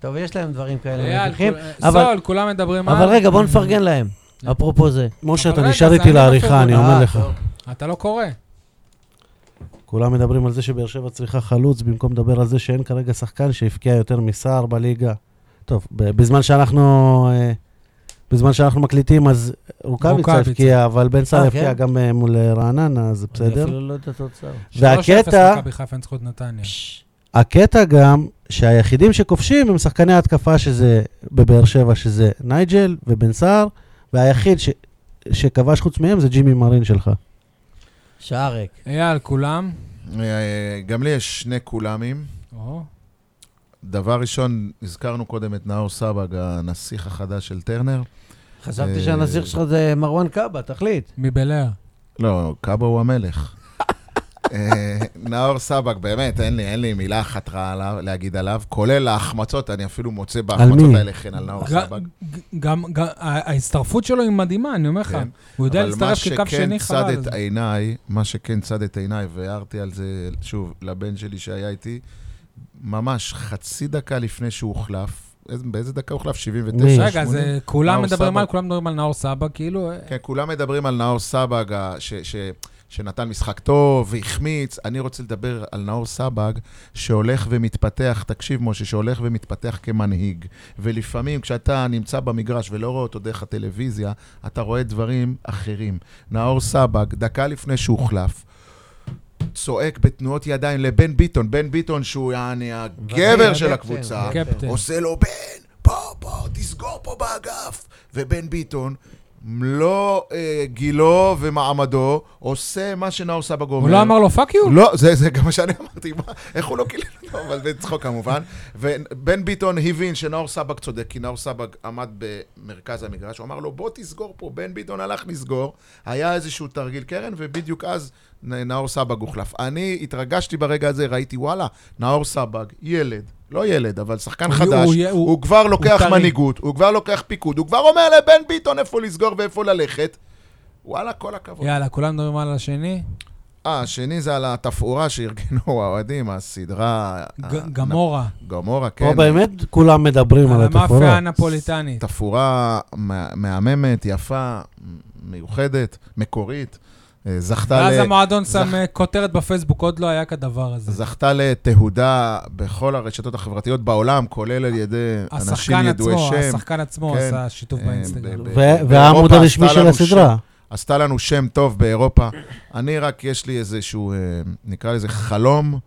S3: טוב, יש להם דברים כאלה
S1: אייל,
S3: מביכים. לא.
S1: כול-
S3: אבל-
S1: סול, כולם מדברים על...
S3: אבל רגע, בוא נפרגן להם, אפרופו זה.
S2: משה,
S1: אבל
S2: אתה
S1: רגע,
S2: נשאר
S1: זה
S2: איתי
S1: אני
S2: לעריכה,
S1: בפרגון.
S2: אני
S3: אה,
S2: אומר לך.
S1: אתה לא קורא.
S2: כולם מדברים על זה שבאר שבע צריכה חלוץ, במקום לדבר על זה שאין כרגע שחקן שהבקיע יותר מסער בליגה. טוב, ב- בזמן שאנחנו... אה, בזמן שאנחנו מקליטים, אז רוקאביצה
S1: רוקאביצה.
S2: הבקיע, אבל בן סער
S3: אה,
S2: הבקיע
S3: כן?
S2: גם אה, מול אה, רעננה, אז
S3: אני
S2: בסדר.
S3: אפילו לא יודע את התוצאה.
S1: 3-0
S2: והקטע,
S1: מכבי חיפה ניצחו את נתניה.
S2: הקטע גם, שהיחידים שכובשים הם שחקני ההתקפה שזה בבאר שבע, שזה נייג'ל ובן סער, והיחיד ש... שכבש חוץ מהם זה ג'ימי מרין שלך.
S3: שער ריק.
S1: אייל, כולם?
S4: אה, גם לי יש שני כולמים.
S1: או,
S4: דבר ראשון, הזכרנו קודם את נאור סבג, הנסיך החדש של טרנר.
S3: חשבתי
S4: אה,
S3: שהנזיר שלך זה מרואן קאבה, תחליט.
S1: מבלר.
S4: לא, קאבו הוא המלך. אה, נאור סבק, באמת, אין לי, אין לי מילה אחת רעה עליו- להגיד עליו, כולל ההחמצות, אני אפילו מוצא בהחמצות
S2: מי?
S4: האלה חן על נאור
S1: ג-
S4: סבק.
S1: ג- גם גם- ה- ההצטרפות שלו היא מדהימה, אני אומר לך.
S4: כן.
S1: הוא יודע
S4: אבל מה
S1: להצטרף כקו
S4: שכן
S1: שני
S4: צד
S1: חבל.
S4: את עיניי, מה שכן צד את עיניי, והערתי על זה, שוב, לבן שלי שהיה איתי, ממש חצי דקה לפני שהוא הוחלף, איזה- באיזה דקה הוחלף? 79?
S2: מי?
S1: רגע, אז אה, כולם
S4: נאור
S1: מדברים
S4: סבג.
S1: על, כולם מדברים על נאור סבא, כאילו... אה,
S4: כן, כולם מדברים על נאור סבג, ה- ש, ש, שנתן משחק טוב והחמיץ. אני רוצה לדבר על נאור סבג, שהולך ומתפתח, תקשיב, משה, שהולך ומתפתח כמנהיג. ולפעמים כשאתה נמצא במגרש ולא רואה אותו דרך הטלוויזיה, אתה רואה דברים אחרים. נאור סבג, דקה לפני שהוחלף, צועק בתנועות ידיים לבן ביטון, בן ביטון שהוא יעני הגבר של
S3: הקפטן,
S4: הקבוצה,
S1: הקפטן.
S4: עושה לו בן, בוא, בוא, תסגור פה באגף. ובן ביטון, מלוא אה, גילו ומעמדו, עושה מה שנאור סבג אומר.
S1: הוא לא אמר לו פאק יו?
S4: לא, זה, זה גם מה שאני אמרתי, מה, איך הוא לא גילה לנו, אבל בצחוק כמובן. ובן ביטון הבין שנאור סבג צודק, כי נאור סבג עמד במרכז המגרש, הוא אמר לו, בוא תסגור פה. בן ביטון הלך לסגור, היה איזשהו תרגיל קרן, ובדיוק אז נ- נאור סבג הוחלף. אני התרגשתי ברגע הזה, ראיתי, וואלה, נאור סבג, ילד. לא ילד, אבל שחקן
S1: הוא-
S4: חדש,
S1: הוא-
S4: הוא,
S1: הוא-
S4: כבר לוקח
S1: טרי.
S4: מנהיגות, הוא כבר לוקח פיקוד, הוא כבר אומר לבן ביטון איפה לסגור ואיפה ללכת. וואלה, כל הכבוד.
S1: יאללה, כולם מדברים על השני?
S4: לא- אה, השני זה על התפאורה שארגנו [laughs] האוהדים, הסדרה...
S1: ג-
S4: ה-
S1: גמורה.
S4: גמורה, כן. אה,
S2: פה באמת כולם מדברים
S1: על
S2: על
S1: המאפיה
S2: התפאורה.
S1: הנפוליטנית.
S4: תפאורה מה- מהממת, יפה, מיוחדת, מקורית. אה, זכתה
S1: ואז
S4: ל...
S1: המועדון
S4: זכ-
S1: שם אה, כותרת בפייסבוק, עוד לא היה כדבר הזה.
S4: זכתה לתהודה בכל הרשתות החברתיות בעולם, כולל על ידי אנשים
S1: השחקן
S4: ידועי
S1: עצמו,
S4: שם.
S1: השחקן עצמו
S4: כן.
S1: עשה שיתוף
S4: אה,
S1: באינסטגרם.
S4: ב- ב-
S2: ו-
S4: באירופה
S2: והעמוד
S4: עשתה
S2: הרשמי של
S4: לנו
S2: הסדרה.
S4: עשתה לנו שם טוב באירופה. אני רק, יש לי איזשהו, אה, נקרא לזה חלום,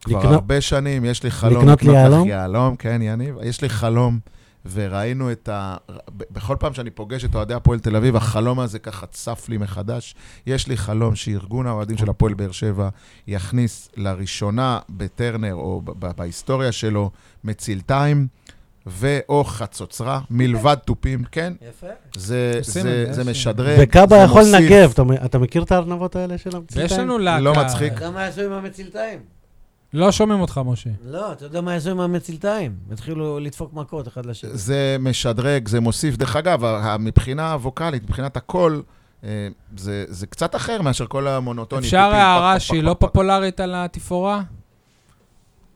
S4: כבר
S2: לקנות-
S4: הרבה שנים, יש לי חלום.
S2: לקנות לי
S4: לך
S2: יהלום?
S4: יהלום, כן, יניב. יש לי חלום, וראינו את ה... ב- בכל פעם שאני פוגש את אוהדי הפועל תל אביב, החלום הזה ככה צף לי מחדש. יש לי חלום שארגון האוהדים של הפועל באר שבע יכניס לראשונה בטרנר, או ב- ב- בהיסטוריה שלו, מצילתיים. ואו חצוצרה, מלבד תופים, כן,
S3: יפה.
S4: זה,
S1: עושים
S4: זה,
S1: את זה,
S4: זה
S1: יש-
S4: משדרג,
S2: וקאבה
S4: זה
S2: יכול
S4: מוסיף.
S2: לנגב, אתה מ- אתה מכיר את הארנבות האלה של המצלתיים?
S1: ויש לנו להקה.
S4: לא מצחיק.
S3: אתה יודע מה יעשו עם המצילתיים?
S1: לא שומעים אותך, משה.
S3: לא, אתה יודע מה יעשו עם המצילתיים? התחילו לדפוק מכות אחד לשני.
S4: זה משדרג, זה מוסיף. דרך אגב, ה- מבחינה ווקאלית, מבחינת הקול, אה, זה, זה קצת אחר מאשר כל המונוטוני.
S1: אפשר
S4: טיפים, פק,
S1: הערה
S4: פק,
S1: שהיא
S4: פק,
S1: לא
S4: פק, פק.
S1: פופולרית על התפאורה?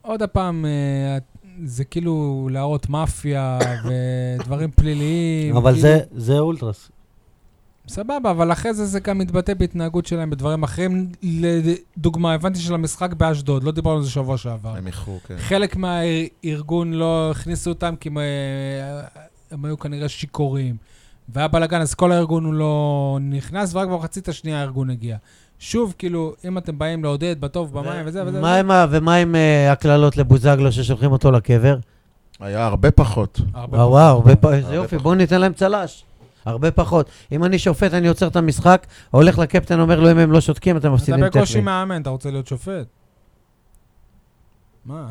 S1: עוד הפעם, אה, זה כאילו להראות מאפיה [coughs] ודברים פליליים.
S2: אבל
S1: כאילו-
S2: זה- זה אולטרס.
S1: סבבה, אבל אחרי זה זה גם מתבטא בהתנהגות שלהם בדברים אחרים. לדוגמה, הבנתי של המשחק באשדוד, לא דיברנו על זה שבוע שעבר.
S4: הם איחרו, כן.
S1: חלק מהארגון לא הכניסו אותם כי הם, אה, הם היו כנראה שיכורים. והיה בלאגן, אז כל הארגון הוא לא נכנס, ורק במחצית השנייה הארגון הגיע. שוב, כאילו, אם אתם באים לעודד בטוב, במים וזה וזה,
S3: מה
S1: וזה,
S3: עם ה- ומה עם אה, הקללות לבוזגלו ששולחים אותו לקבר?
S4: היה הרבה פחות.
S1: הרבה
S3: אה, וואו, וואו, הרבה פ- איזה
S4: הרבה
S3: יופי,
S4: פחות.
S3: בואו ניתן להם צל"ש. הרבה פחות. אם אני שופט, אני עוצר את המשחק, הולך לקפטן, אומר לו, אם הם לא שותקים, אתם
S1: אתה
S3: מפסידים
S1: בקושי
S3: טכני.
S1: מאמן, אתה רוצה להיות שופט? מה?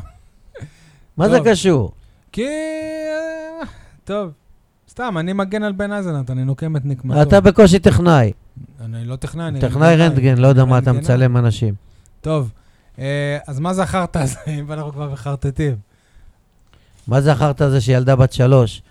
S3: מה זה
S1: טוב.
S3: קשור?
S1: כי... אה, טוב. סתם, אני מגן על בן אייזנאט, אני נוקם את נקמתו.
S3: אתה בקושי טכנאי.
S1: אני לא טכנאי, אני...
S3: טכנאי רנטגן, לא יודע מה אתה
S1: רנטגנאי.
S3: מצלם אנשים.
S1: טוב, אה, אז מה זה החרטא הזה, אם [laughs] אנחנו כבר מחרטטים?
S3: מה זה החרטא הזה שילדה בת שלוש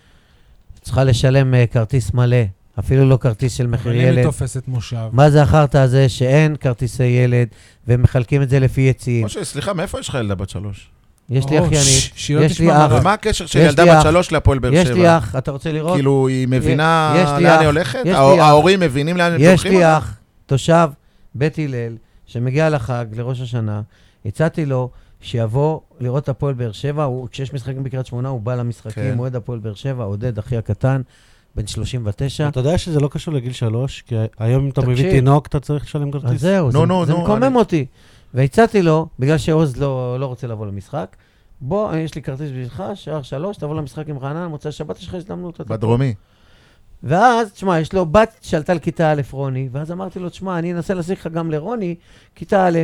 S3: צריכה לשלם אה, כרטיס מלא, אפילו לא כרטיס של מחיר
S1: אבל אם היא
S3: ילד?
S1: תופסת מושב.
S3: מה זה החרטא הזה שאין כרטיסי ילד ומחלקים את זה לפי יציאים?
S4: משה, סליחה, מאיפה יש לך ילדה בת שלוש?
S3: יש לי
S1: או,
S3: אחיינית,
S1: ש- שהיא לא
S3: יש לי
S1: תשמע
S3: אח.
S1: מרק.
S4: מה הקשר של
S3: אה, יש
S4: ילדה
S3: לי
S4: בת
S3: אח.
S4: שלוש להפועל באר שבע?
S3: יש לי אח, אתה רוצה לראות?
S4: כאילו, היא מבינה
S3: יש לי
S4: לאן
S3: אח.
S4: היא הולכת?
S3: יש לי
S4: הה-
S3: אח.
S4: ההורים מבינים לאן הם
S3: יש
S4: לוקחים אותה?
S3: לי אח, תושב בית הלל, שמגיע לחג, לראש השנה, הצעתי לו שיבוא לראות הפועל באר שבע, הוא- כשיש משחקים בקריית שמונה, הוא בא
S4: כן.
S3: למשחקים, אוהד הפועל באר שבע, עודד, אחי הקטן, בן 39.
S2: אתה יודע שזה לא קשור לגיל שלוש, כי היום אם אתה מביא
S3: תקשיב.
S2: תינוק, אתה צריך לשלם כרטיס.
S3: אז זהו,
S4: נו,
S3: זה,
S4: נו,
S3: זה
S4: נו,
S3: מקומם
S4: אני-
S3: אותי. והצעתי לו, בגלל שעוז לא, לא רוצה לבוא למשחק, בוא, יש לי כרטיס בשבילך, שער שלוש, תבוא למשחק עם רעננה, מוצאי שבת, יש לך הזדמנות. אתה
S4: בדרומי.
S3: ואז, תשמע, יש לו בת שעלתה לכיתה א', רוני, ואז אמרתי לו, תשמע, אני אנסה להשיג לך גם לרוני, כיתה א',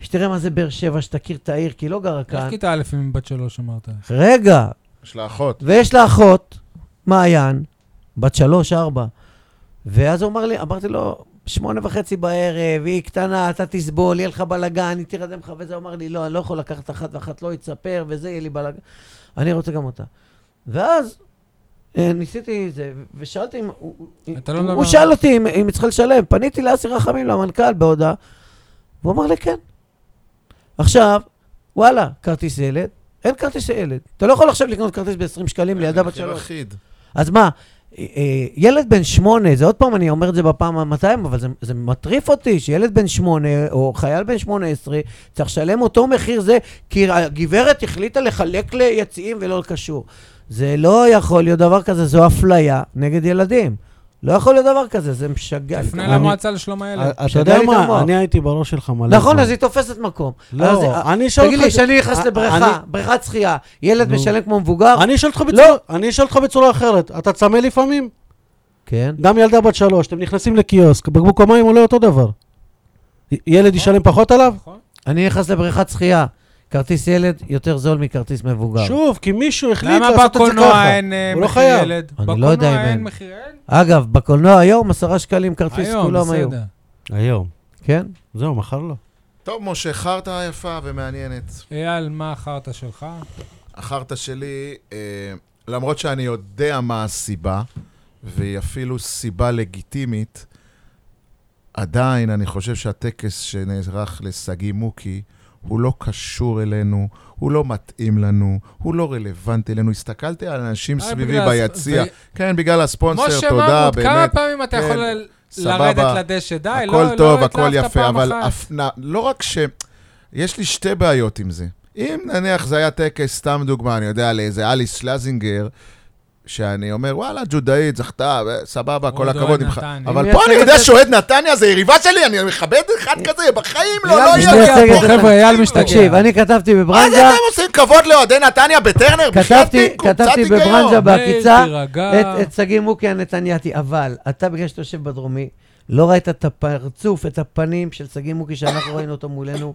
S3: שתראה מה זה באר שבע, שתכיר את העיר, כי היא לא גרה
S1: איך
S3: כאן.
S1: כיתה א' עם בת שלוש אמרת?
S3: רגע,
S4: יש לה אחות.
S3: ויש לה אחות, מעיין, בת שלוש, ארבע. ואז הוא אמר לי, אמרתי לו, שמונה וחצי בערב, היא קטנה, אתה תסבול, יהיה לך בלאגן, היא תירדם לך וזה. הוא אמר לי, לא, אני לא יכול לקחת אחת ואחת, לא יתספר, וזה, יהיה לי בלאגן. אני רוצה גם אותה. ואז אה, ניסיתי את זה, ושאלתי אם... הוא- הוא-
S1: אתה לא
S3: הוא-
S1: מדבר-
S3: הוא שאל אותי אם- אם היא צריכה לשלם. פניתי לאסי רחמים, למנכ"ל, בהודעה, והוא אמר לי, כן. עכשיו, וואלה, כרטיס ילד, אין כרטיס ילד. אתה לא יכול עכשיו לקנות כרטיס ב-20 שקלים לילדה בת
S4: מחיר
S3: שלוש.
S4: אחיד.
S3: אז מה, אה, אה, ילד בן שמונה, זה עוד פעם, אני אומר את זה בפעם ה-200, אבל זה, זה מטריף אותי שילד בן שמונה, או חייל בן שמונה עשרה, צריך לשלם אותו מחיר זה, כי הגברת החליטה לחלק ליציעים ולא לקשור. זה לא יכול להיות דבר כזה, זו אפליה נגד ילדים. לא יכול להיות דבר כזה, זה משגע. לי.
S1: תפנה
S2: אני-
S1: למועצה לשלום הילד.
S2: אה, אתה יודע
S3: שגע לי את
S2: מה,
S3: המוח.
S2: אני הייתי בראש שלך מלא.
S3: נכון,
S2: זמן.
S3: אז היא תופסת מקום. אז,
S2: לא,
S3: אה,
S2: אני אשאל אותך...
S3: תגיד לי,
S2: את זה-
S3: כשאני נכנס
S2: אה,
S3: לבריכה, לא. בריכת שחייה, ילד
S2: נו.
S3: משלם כמו מבוגר?
S2: אני- אני אשאל אותך בצורה- אני אשאל אותך בצורה אחרת. אתה צמא לפעמים?
S3: כן.
S2: גם ילדה בת שלוש, אתם נכנסים לקיוסק, בקבוק המים עולה אותו דבר. י- ילד
S3: כן.
S2: ישלם פחות עליו?
S1: נכון?
S3: אני נכנס לבריכת שחייה. כרטיס ילד יותר זול מכרטיס מבוגר.
S2: שוב, כי מישהו החליט
S1: למה
S2: לעשות את זה
S1: בקולנוע
S2: ככה.
S1: אין אה,
S2: הוא לא
S1: מחיר
S2: חייב.
S1: ילד?
S3: אני לא יודע אם
S1: בקולנוע אין
S3: אין.
S1: מחיר ילד?
S3: אגב, בקולנוע היום עשרה שקלים כרטיס,
S1: היום,
S3: כולם היו.
S1: בסדר.
S2: היום.
S3: כן?
S2: זהו, מחר לא.
S4: טוב, משה, חרטא יפה ומעניינת.
S1: אייל, מה החרטא שלך?
S4: החרטא שלי, אה, למרות שאני יודע מה הסיבה, והיא אפילו סיבה לגיטימית, עדיין אני חושב שהטקס שנערך לשגיא מוקי, הוא לא קשור אלינו, הוא לא מתאים לנו, הוא לא רלוונטי אלינו. הסתכלתי על אנשים
S1: אה,
S4: סביבי
S1: בגלל-
S4: ביציע.
S1: ו-
S4: כן, בגלל הספונסר,
S1: משה
S4: תודה,
S1: מרמוט, כמה
S4: באמת.
S1: פעמים אתה
S4: כן,
S1: יכול ל-
S4: סבבה.
S1: לרדת לדשא? די, לא
S4: הכל
S1: לא
S4: טוב, הכל
S1: התלהבת
S4: יפה,
S1: פעם
S4: אבל
S1: אחת.
S4: אף, נ, לא רק ש... יש לי שתי בעיות עם זה. אם נניח זה היה טקס, סתם דוגמה, אני יודע, לאיזה אליס שלזינגר, שאני אומר, וואלה, ג'ודאית, זכתה, ו- סבבה, כל
S1: אוהד
S4: הכבוד ממך.
S1: נתניה.
S4: אבל
S3: אם
S4: פה אני
S3: מייצג
S4: יודע
S3: את-
S4: שאוהד נתניה זה יריבה שלי, אני מכבד אחד כזה, בחיים לא,
S1: אייל
S4: לא
S3: משתגע
S4: יהיה.
S3: פה,
S1: משתגע, חבר'ה, אייל משתגע.
S3: תקשיב, אני כתבתי
S4: מה זה
S3: בברנז'ה,
S4: אתם עושים כבוד לאוהדי נתניה בטרנר? בחייאת
S3: כתבתי-
S4: תיקו, קצת
S3: כתבתי
S4: היגיון.
S3: בברנז'ה ב- בעקיצה,
S1: מאיר, תירגע.
S3: את- את שגיא מוקי הנתניאתי, אבל אתה, בגלל שאתה יושב בדרומי, לא ראית את הפרצוף, את הפנים של שגיא מוקי שאנחנו ראינו אותו מולנו,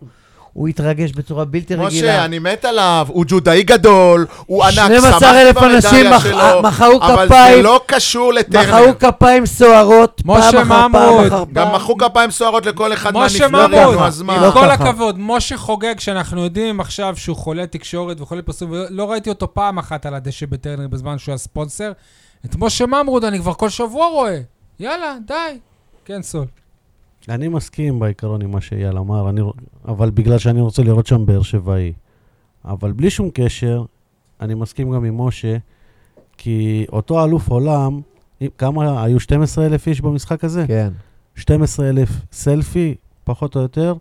S3: הוא התרגש בצורה בלתי
S4: משה,
S3: רגילה.
S4: אני מת עליו, הוא ג'ודאי גדול, הוא ענק,
S3: 12,000
S4: שמחתי
S3: אנשים
S4: במדליה
S3: מח-
S4: שלו,
S3: מחאו
S4: אבל זה
S3: כפיים.
S4: לא קשור לטרנר.
S3: מחאו כפיים סוערות, פעם
S1: משה
S3: אחר פעם
S1: ממרוד.
S3: אחר פעם.
S4: גם מחאו כפיים סוערות לכל אחד
S1: משה
S4: מהנפלאים,
S1: ממרוד,
S4: נו, אז מה?
S1: עם
S3: לא
S1: כל
S3: ככה.
S1: הכבוד, משה חוגג, שאנחנו יודעים עכשיו שהוא חולה תקשורת וחולה פרסום, ולא ראיתי אותו פעם אחת על הדשא בטרנר בזמן שהוא הספונסר. את משה ממרוד אני כבר כל שבוע רואה. יאללה, די. כן, סול.
S2: אני מסכים בעיקרון עם מה שאייל אמר, אני, רוא- אבל בגלל שאני רוצה לראות שם באר שבעי. אבל בלי שום קשר, אני מסכים גם עם משה, כי אותו אלוף עולם, אם- כמה, היו 12,000 איש במשחק הזה?
S3: כן.
S2: 12,000 סלפי, פחות או יותר,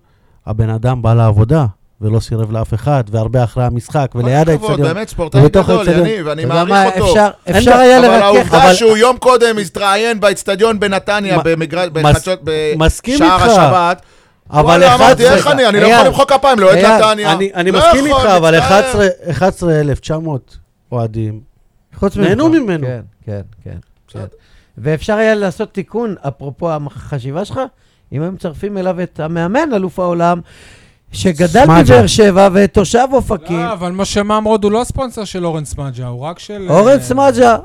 S2: הבן אדם בא לעבודה, ולא סירב לאף אחד, והרבה אחרי המשחק,
S4: כל
S2: וליד
S4: הכבוד,
S2: האצטדיון.
S4: באמת ספורטאי
S2: ובתוך
S4: גדול,
S2: האצטדיון.
S4: יניב, אני
S3: אתה יודע
S4: מעריך
S3: מה,
S4: אותו.
S3: אפשר-
S2: אין
S3: אפשר
S2: דבר-
S3: היה
S4: אבל
S3: לרכך,
S4: העובדה
S3: אבל
S4: שהוא יום קודם התראיין באצטדיון בנתניה
S2: מ-
S4: במגרש-
S2: מס-
S4: בחצות,
S2: מסכים
S4: בשער
S2: איתך.
S4: השבת.
S2: אבל
S4: וואלה,
S2: אחד...
S4: אמרתי, איך
S2: רגע,
S4: אני, אני לא
S2: אייל,
S4: יכול למחוא כפיים לאוהד
S2: אייל,
S4: נתניה.
S2: אני, אני
S4: לא
S2: מסכים
S4: יכול,
S2: איתך, אבל
S4: מצטער.
S2: 11 11,900 אוהדים.
S3: חוץ
S2: נהנו
S3: ממך.
S2: ממנו.
S3: כן, כן, כן.
S2: בסדר.
S3: כן. ואפשר היה לעשות תיקון, אפרופו החשיבה שלך, אם היו מצרפים אליו את המאמן, אלוף העולם, שגדל
S2: סמג'ה.
S3: בבאר שבע ותושב אופקים,
S1: לא, אבל משה ממרוד הוא לא הספונסר של אורן סמדג'ה, הוא רק של...
S3: אורן
S1: אה,
S3: סמג'ה.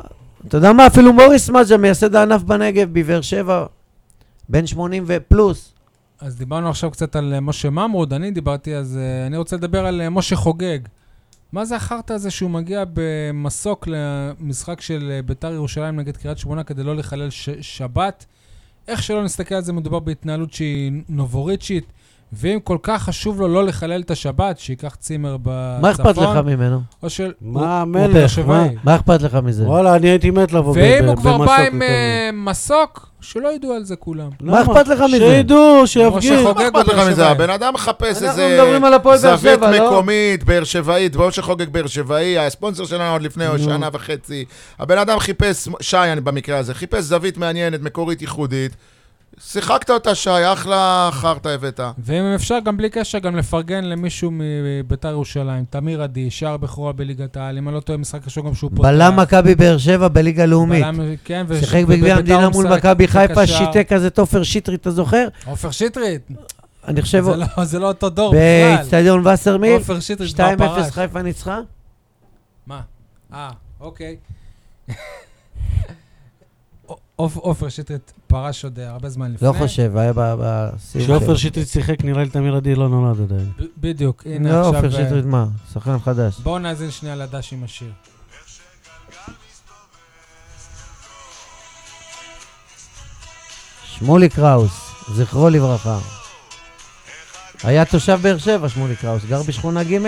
S3: אתה יודע מה? אפילו מוריס סמג'ה, מייסד הענף בנגב, בבאר שבע, בן 80 ופלוס.
S1: אז דיברנו עכשיו קצת על אה, משה ממרוד, אני דיברתי, אז אה, אני רוצה לדבר על אה, משה חוגג. מה זה החרטא הזה שהוא מגיע במסוק למשחק של אה, ביתר ירושלים נגד קריית שמונה כדי לא לחלל ש- שבת? איך שלא נסתכל על זה, מדובר בהתנהלות שהיא נובוריצ'ית, ואם כל כך חשוב לו לא לחלל את השבת, שייקח צימר בצפון.
S3: מה אכפת לך ממנו?
S1: או של...
S2: מה
S1: הוא- הוא
S2: המלך,
S1: באר שבעי.
S2: מה?
S3: מה אכפת לך מזה?
S2: וואלה, אני הייתי מת לבוא ב-
S1: ואם הוא
S2: ב-
S1: כבר בא
S2: במסוק
S1: עם
S2: יותר
S1: אה, מסוק, שלא ידעו על זה כולם.
S2: מזה. למה?
S3: מה אכפת לך מזה?
S2: לא, שידעו, שיפגין.
S1: משה חוגג
S4: מה לא אכפת
S1: בבאר
S4: לך מזה?
S1: שבעי.
S4: הבן אדם מחפש
S3: אנחנו
S4: איזה
S3: מדברים על הפועל באר
S4: זווית
S3: שבע, לא?
S4: מקומית, באר שבעית, ועוד שחוגג באר שבעי, הספונסר שלנו עוד לפני שנה וחצי. הבן אדם חיפש, שי אני במקרה הזה, חיפש זווית מעניינת, מקורית, ייחודית. שיחקת אותה, שי, אחלה חרטא הבאת.
S1: ואם אפשר, גם בלי קשר, גם לפרגן למישהו מביתר ירושלים. תמיר עדי, שער בכורה בליגת העל, אם אני לא טועה, משחק ראשון גם שהוא פותח.
S3: בלם מכבי באר שבע בליגה לאומית.
S1: בלם, כן, וש-
S3: שיחק
S1: ובביתר
S3: בגביע
S1: הוא
S3: המדינה מול
S1: משחק
S3: מכבי חיפה,
S1: כקשר.
S3: שיתק אז את עופר שטרית, אתה זוכר?
S1: עופר שטרית,
S3: אני חושב...
S1: זה לא- זה לא אותו דור בכלל.
S3: באיצטדיון וסרמיל,
S1: עופר שטרית
S3: 2-0
S1: כבר פרש.
S3: חיפה ניצחה?
S1: מה? אה, אוקיי. [laughs] עופ- עופר שטרית פרש עוד אה, הרבה זמן לפני.
S3: לא חושב, היה ב- בסיום.
S2: כשעופר
S3: שלו.
S2: שטרית שיחק, נראה לי תמיר עדי לא נולד עדיין.
S1: ב- בדיוק, הנה
S3: לא,
S1: עכשיו...
S3: עופר
S1: אה,
S3: שטרית מה? שחקן חדש.
S1: בואו נאזין שנייה לדש עם השיר.
S3: שמולי קראוס, זכרו לברכה. היה תושב באר שבע, שמולי קראוס, גר בשכונה ג'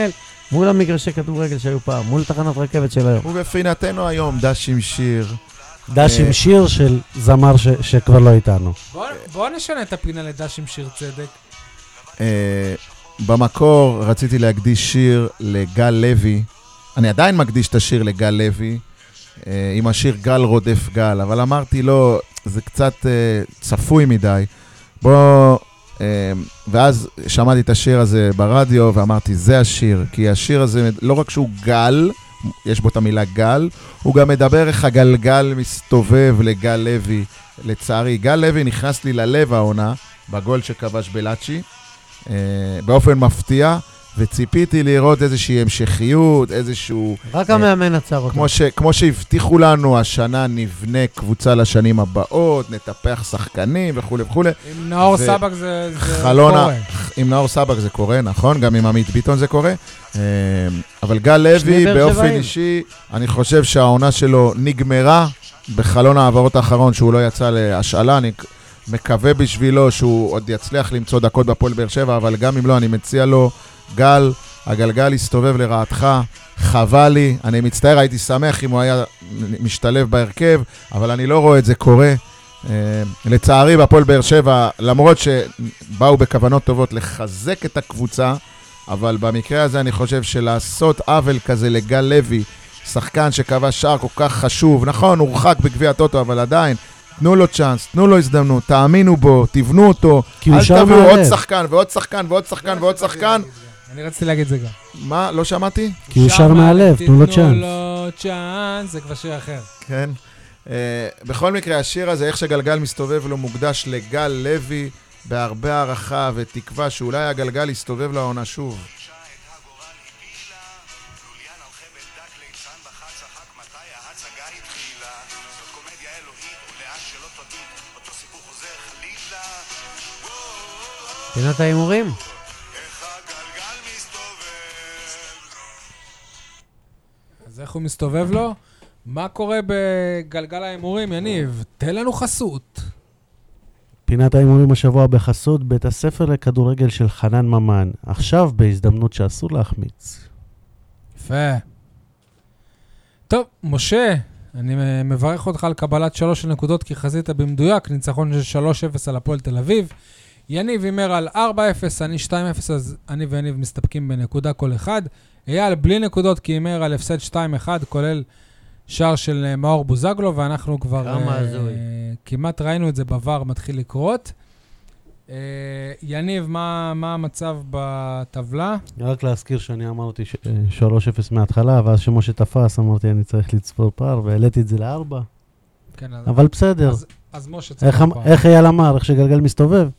S3: מול המגרשי כדורגל שהיו פעם, מול תחנת רכבת של היום.
S4: ובפינתנו היום דש עם שיר.
S1: אה,
S2: דש עם שיר של זמר ש- שכבר לא איתנו.
S1: בואו- בואו נשנה את הפינה לדש עם שיר צדק.
S4: אה, במקור רציתי להקדיש שיר לגל לוי. אני עדיין מקדיש את השיר לגל לוי, אה, עם השיר גל רודף גל, אבל אמרתי לו, זה קצת אה, צפוי מדי. בוא... אה, ואז שמעתי את השיר הזה ברדיו ואמרתי, זה השיר, כי השיר הזה, לא רק שהוא גל, יש בו את המילה גל, הוא גם מדבר איך הגלגל מסתובב לגל לוי, לצערי. גל לוי נכנס לי ללב העונה, בגול שכבש בלאצ'י. אה, באופן מפתיע, וציפיתי לראות איזושהי המשכיות, איזשהו...
S3: רק המאמן עצר אותו.
S4: כמו, ש, כמו שהבטיחו לנו, השנה נבנה קבוצה לשנים הבאות, נטפח שחקנים וכולי וכולי.
S1: עם נאור
S4: זה-
S1: סבק זה... זה
S4: חלון ה-
S1: קורה.
S4: עם נאור סבק זה קורה, נכון? גם עם עמית ביטון זה קורה. אה, אבל גל
S3: שני
S4: לוי,
S3: באר
S4: באופן
S3: שבעים.
S4: אישי, אני חושב שהעונה שלו נגמרה בחלון ההעברות האחרון, שהוא לא יצא להשאלה. אני מקווה בשבילו שהוא עוד יצליח למצוא דקות בהפועל באר שבע, אבל גם אם לא, אני מציע לו, גל, הגלגל הסתובב לרעתך, חבל לי, אני מצטער, הייתי שמח אם הוא היה משתלב בהרכב, אבל אני לא רואה את זה קורה. אה, לצערי, בהפועל באר שבע, למרות שבאו בכוונות טובות לחזק את הקבוצה, אבל במקרה הזה אני חושב שלעשות עוול כזה לגל לוי, שחקן שכבש שער כל כך חשוב, נכון, הורחק בגביע הטוטו, אבל עדיין, תנו לו צ'אנס, תנו לו הזדמנות, תאמינו בו, תבנו אותו,
S2: כי הוא
S4: אל
S2: שר
S4: תביאו עוד
S2: מהלב.
S4: שחקן ועוד שחקן ועוד שחקן ועוד שחקן.
S1: אני רציתי להגיד זה גם.
S4: מה, לא שמעתי?
S2: כי הוא שר מהלב, תנו לו צ'אנס.
S1: תנו לו צ'אנס, זה כבר שיר אחר.
S4: כן. Uh, בכל מקרה, השיר הזה, איך שגלגל מסתובב לו, מוקדש לגל לוי, בהרבה הערכה ותקווה שאולי הגלגל יסתובב לעונה שוב.
S3: פינת ההימורים?
S1: אז איך הוא מסתובב לו? מה קורה בגלגל ההימורים, יניב? תן לנו חסות.
S2: פינת ההימורים השבוע בחסות בית הספר לכדורגל של חנן ממן, עכשיו בהזדמנות שאסור להחמיץ.
S1: יפה. טוב, משה, אני אה, מברך אותך על קבלת שלוש נקודות, כי חזית במדויק, ניצחון של 3-0 על הפועל תל אביב. יניב הימר על 4-0, אני 2-0, אז אני ויניב מסתפקים בנקודה כל אחד. אייל בלי נקודות, כי הימר על הפסד 2-1, כולל שער של אה, מאור בוזגלו, ואנחנו כבר
S3: כמה
S1: אה,
S3: הזוי.
S1: כמעט ראינו את זה בVAR מתחיל לקרות. אה, יניב, מה מה המצב בטבלה?
S2: רק להזכיר שאני אמרתי ש- 3-0 מההתחלה, ואז שמשה תפס, אמרתי, אני צריך לצפור פער, והעליתי את זה לארבע.
S1: כן, אז-
S2: אבל בסדר,
S1: אז משה
S2: איך
S1: צריך
S2: אמ-
S1: פעם.
S2: איך אייל אמר, איך שגלגל מסתובב,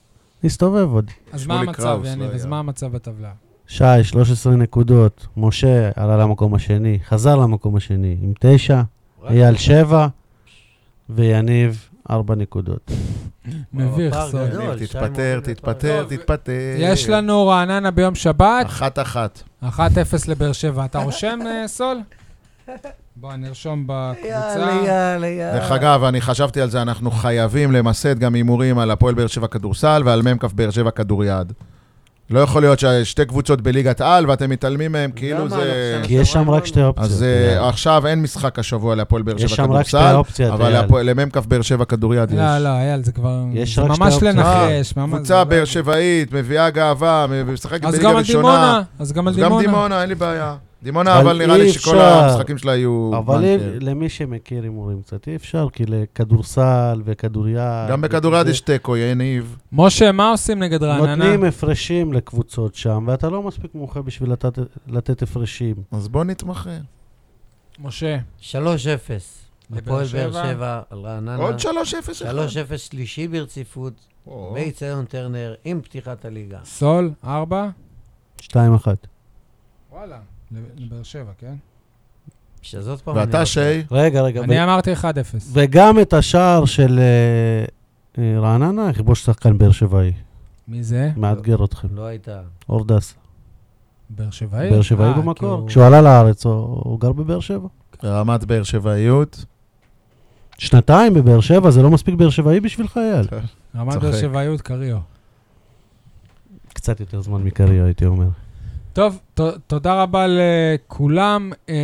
S2: נסתובב עוד.
S1: אז מה
S4: שמולי
S1: המצב,
S4: קראוס, לא
S1: יניב? אז
S4: היה.
S1: מה המצב בטבלה?
S2: שי, 13 נקודות, משה עלה למקום השני, חזר למקום השני עם 9, אייל 7, ויניב 4 נקודות.
S1: מביך,
S2: פער
S1: סוד.
S2: גדול.
S4: יניב,
S2: שי
S4: תתפטר,
S2: מוביל
S4: תתפטר,
S1: טוב,
S4: תתפטר.
S1: יש לנו רעננה ביום שבת,
S4: אחת-אחת.
S1: 1-0 לבאר שבע. אתה רושם, אה, סול? בוא, נרשום
S3: יאללה,
S1: בקבוצה.
S3: יאללה,
S2: אה.
S3: יאללה.
S4: דרך אגב, אני חשבתי על זה, אנחנו חייבים למסד גם הימורים על הפועל באר שבע כדורסל ועל מ"כ באר שבע כדוריד. לא יכול להיות ששתי קבוצות בליגת על ואתם מתעלמים מהם, כאילו
S5: למה?
S4: זה...
S5: אנחנו
S2: כי יש שם רק שתי אופציות.
S4: אז
S2: אייל.
S4: אה, עכשיו אין משחק השבוע להפועל באר
S2: יש
S4: שבע
S2: שם רק שתי
S4: כדורסל,
S2: אופציות,
S4: אבל
S2: אייל.
S4: להפועל- למ"כ באר שבע כדוריד יש.
S1: לא, לא, אייל, זה כבר...
S2: יש
S1: זה
S2: רק שתי
S1: ממש
S2: אופציות.
S1: לנחש. ממש, זה
S4: אה, קבוצה
S1: לא-
S4: באר שבעית, מביאה גאווה, משחקת
S1: אז
S4: בליגה
S1: גם על
S4: ראשונה.
S1: דימונה. אז גם על
S4: אז גם
S1: דימונה.
S4: דימונה, אין לי בעיה. דימונה,
S2: אבל
S4: אבל נראה
S2: אי
S4: לי שכל
S2: אפשר.
S4: המשחקים שלה יהיו...
S2: אבל
S4: בנקר.
S2: אם- למי שמכיר הימורים קצת, אי אפשר, כי לכדורסל וכדוריד...
S4: גם בכדוריד
S2: וזה,
S4: יש תיקו, יניב.
S1: משה, מה עושים נגד רעננה?
S2: נותנים הפרשים לקבוצות שם, ואתה לא מספיק מומחה בשביל לתת- לתת הפרשים.
S4: אז בוא נתמחה.
S1: משה,
S3: 3-0. הפועל באר שבע, על רעננה.
S4: עוד 3-0.
S3: 3-0 שלישי ברציפות, באיצטדיון טרנר, עם פתיחת הליגה.
S1: סול, ארבע.
S2: 2-1.
S1: וואלה. לבאר שבע, כן?
S3: שזאת פעם... אני לא-
S4: ואתה שי,
S2: רגע, רגע. ב-
S1: אני אמרתי 1-0.
S2: וגם את השער של אה, אה, רעננה יכבוש שחקן באר שבעי.
S1: מי זה?
S2: מאתגר אתכם.
S3: לא הייתה.
S2: אורדס.
S1: באר שבעי?
S2: באר שבעי
S1: אה, כי
S2: במקור.
S1: הוא-
S2: כשהוא עלה לארץ, הוא הוא גר בבאר שבע.
S4: רמת באר שבעיות.
S2: שנתיים בבאר שבע, זה לא מספיק באר שבעי בשבילך, אייל.
S1: כן. רמת
S4: צוחק.
S1: באר שבעיות קריו.
S2: קצת יותר זמן מקריו, הייתי אומר.
S1: טוב, ת, תודה רבה לכולם. אה,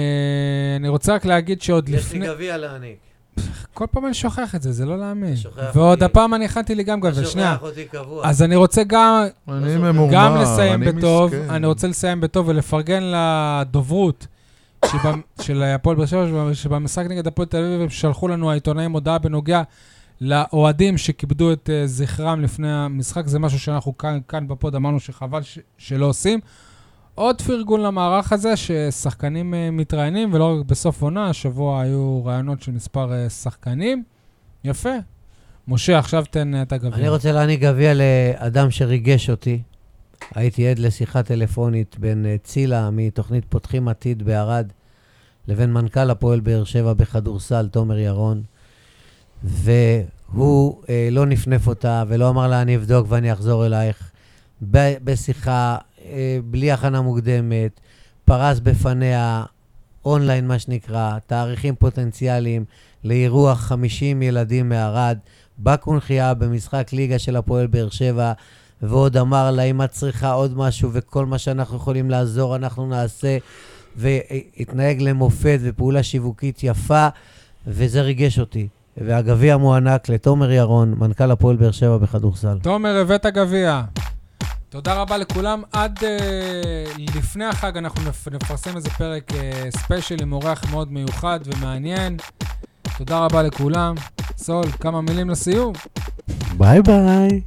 S1: אני רוצה רק להגיד שעוד
S3: יש לי
S1: לפני...
S3: גביע להעניק.
S1: כל פעם אני שוכח את זה, זה לא להאמין.
S3: שוכח
S1: ועוד
S3: אותי.
S1: הפעם אני הכנתי לי גם גבי,
S3: אתה
S1: שנייה.
S3: שוכח אותי קבוע.
S1: אז אני רוצה גם,
S4: אני
S3: גם
S4: ממורמר,
S1: גם לסיים
S4: אני
S1: בטוב,
S4: מסכן.
S1: אני רוצה לסיים בטוב ולפרגן לדוברות שבא- [laughs] של הפועל באר שבע, שבא- שבמשחק נגד הפועל תל אביב הם שלחו לנו העיתונאים הודעה בנוגע לאוהדים שכיבדו את אה, זכרם לפני המשחק. זה משהו שאנחנו כאן, כאן בפוד אמרנו שחבל ש- שלא עושים. עוד פרגון למערך הזה, ששחקנים אה, מתראיינים, ולא רק בסוף עונה, השבוע היו ראיונות של מספר אה, שחקנים. יפה. משה, עכשיו תן אה, את הגביע.
S3: אני רוצה להעניק גביע לאדם שריגש אותי. הייתי עד לשיחה טלפונית בין אה, צילה מתוכנית פותחים עתיד בערד לבין מנכ"ל הפועל באר שבע בכדורסל, תומר ירון, והוא אה, לא נפנף אותה ולא אמר לה, אני אבדוק ואני אחזור אלייך. ב- בשיחה, אה, בלי הכנה מוקדמת, פרס בפניה אונליין, מה שנקרא, תאריכים פוטנציאליים לאירוח 50 ילדים מערד. בקונחייה במשחק ליגה של הפועל באר שבע, ועוד אמר לה, אם את צריכה עוד משהו וכל מה שאנחנו יכולים לעזור, אנחנו נעשה, והתנהג למופת ופעולה שיווקית יפה, וזה ריגש אותי. והגביע מוענק לתומר ירון, מנכ"ל הפועל באר שבע בכדורסל.
S1: תומר, הבאת גביע. תודה רבה לכולם. עד uh, לפני החג אנחנו נפ- נפרסם איזה פרק uh, ספיישל עם אורח מאוד מיוחד ומעניין. תודה רבה לכולם. סול, כמה מילים לסיום.
S2: ביי ביי.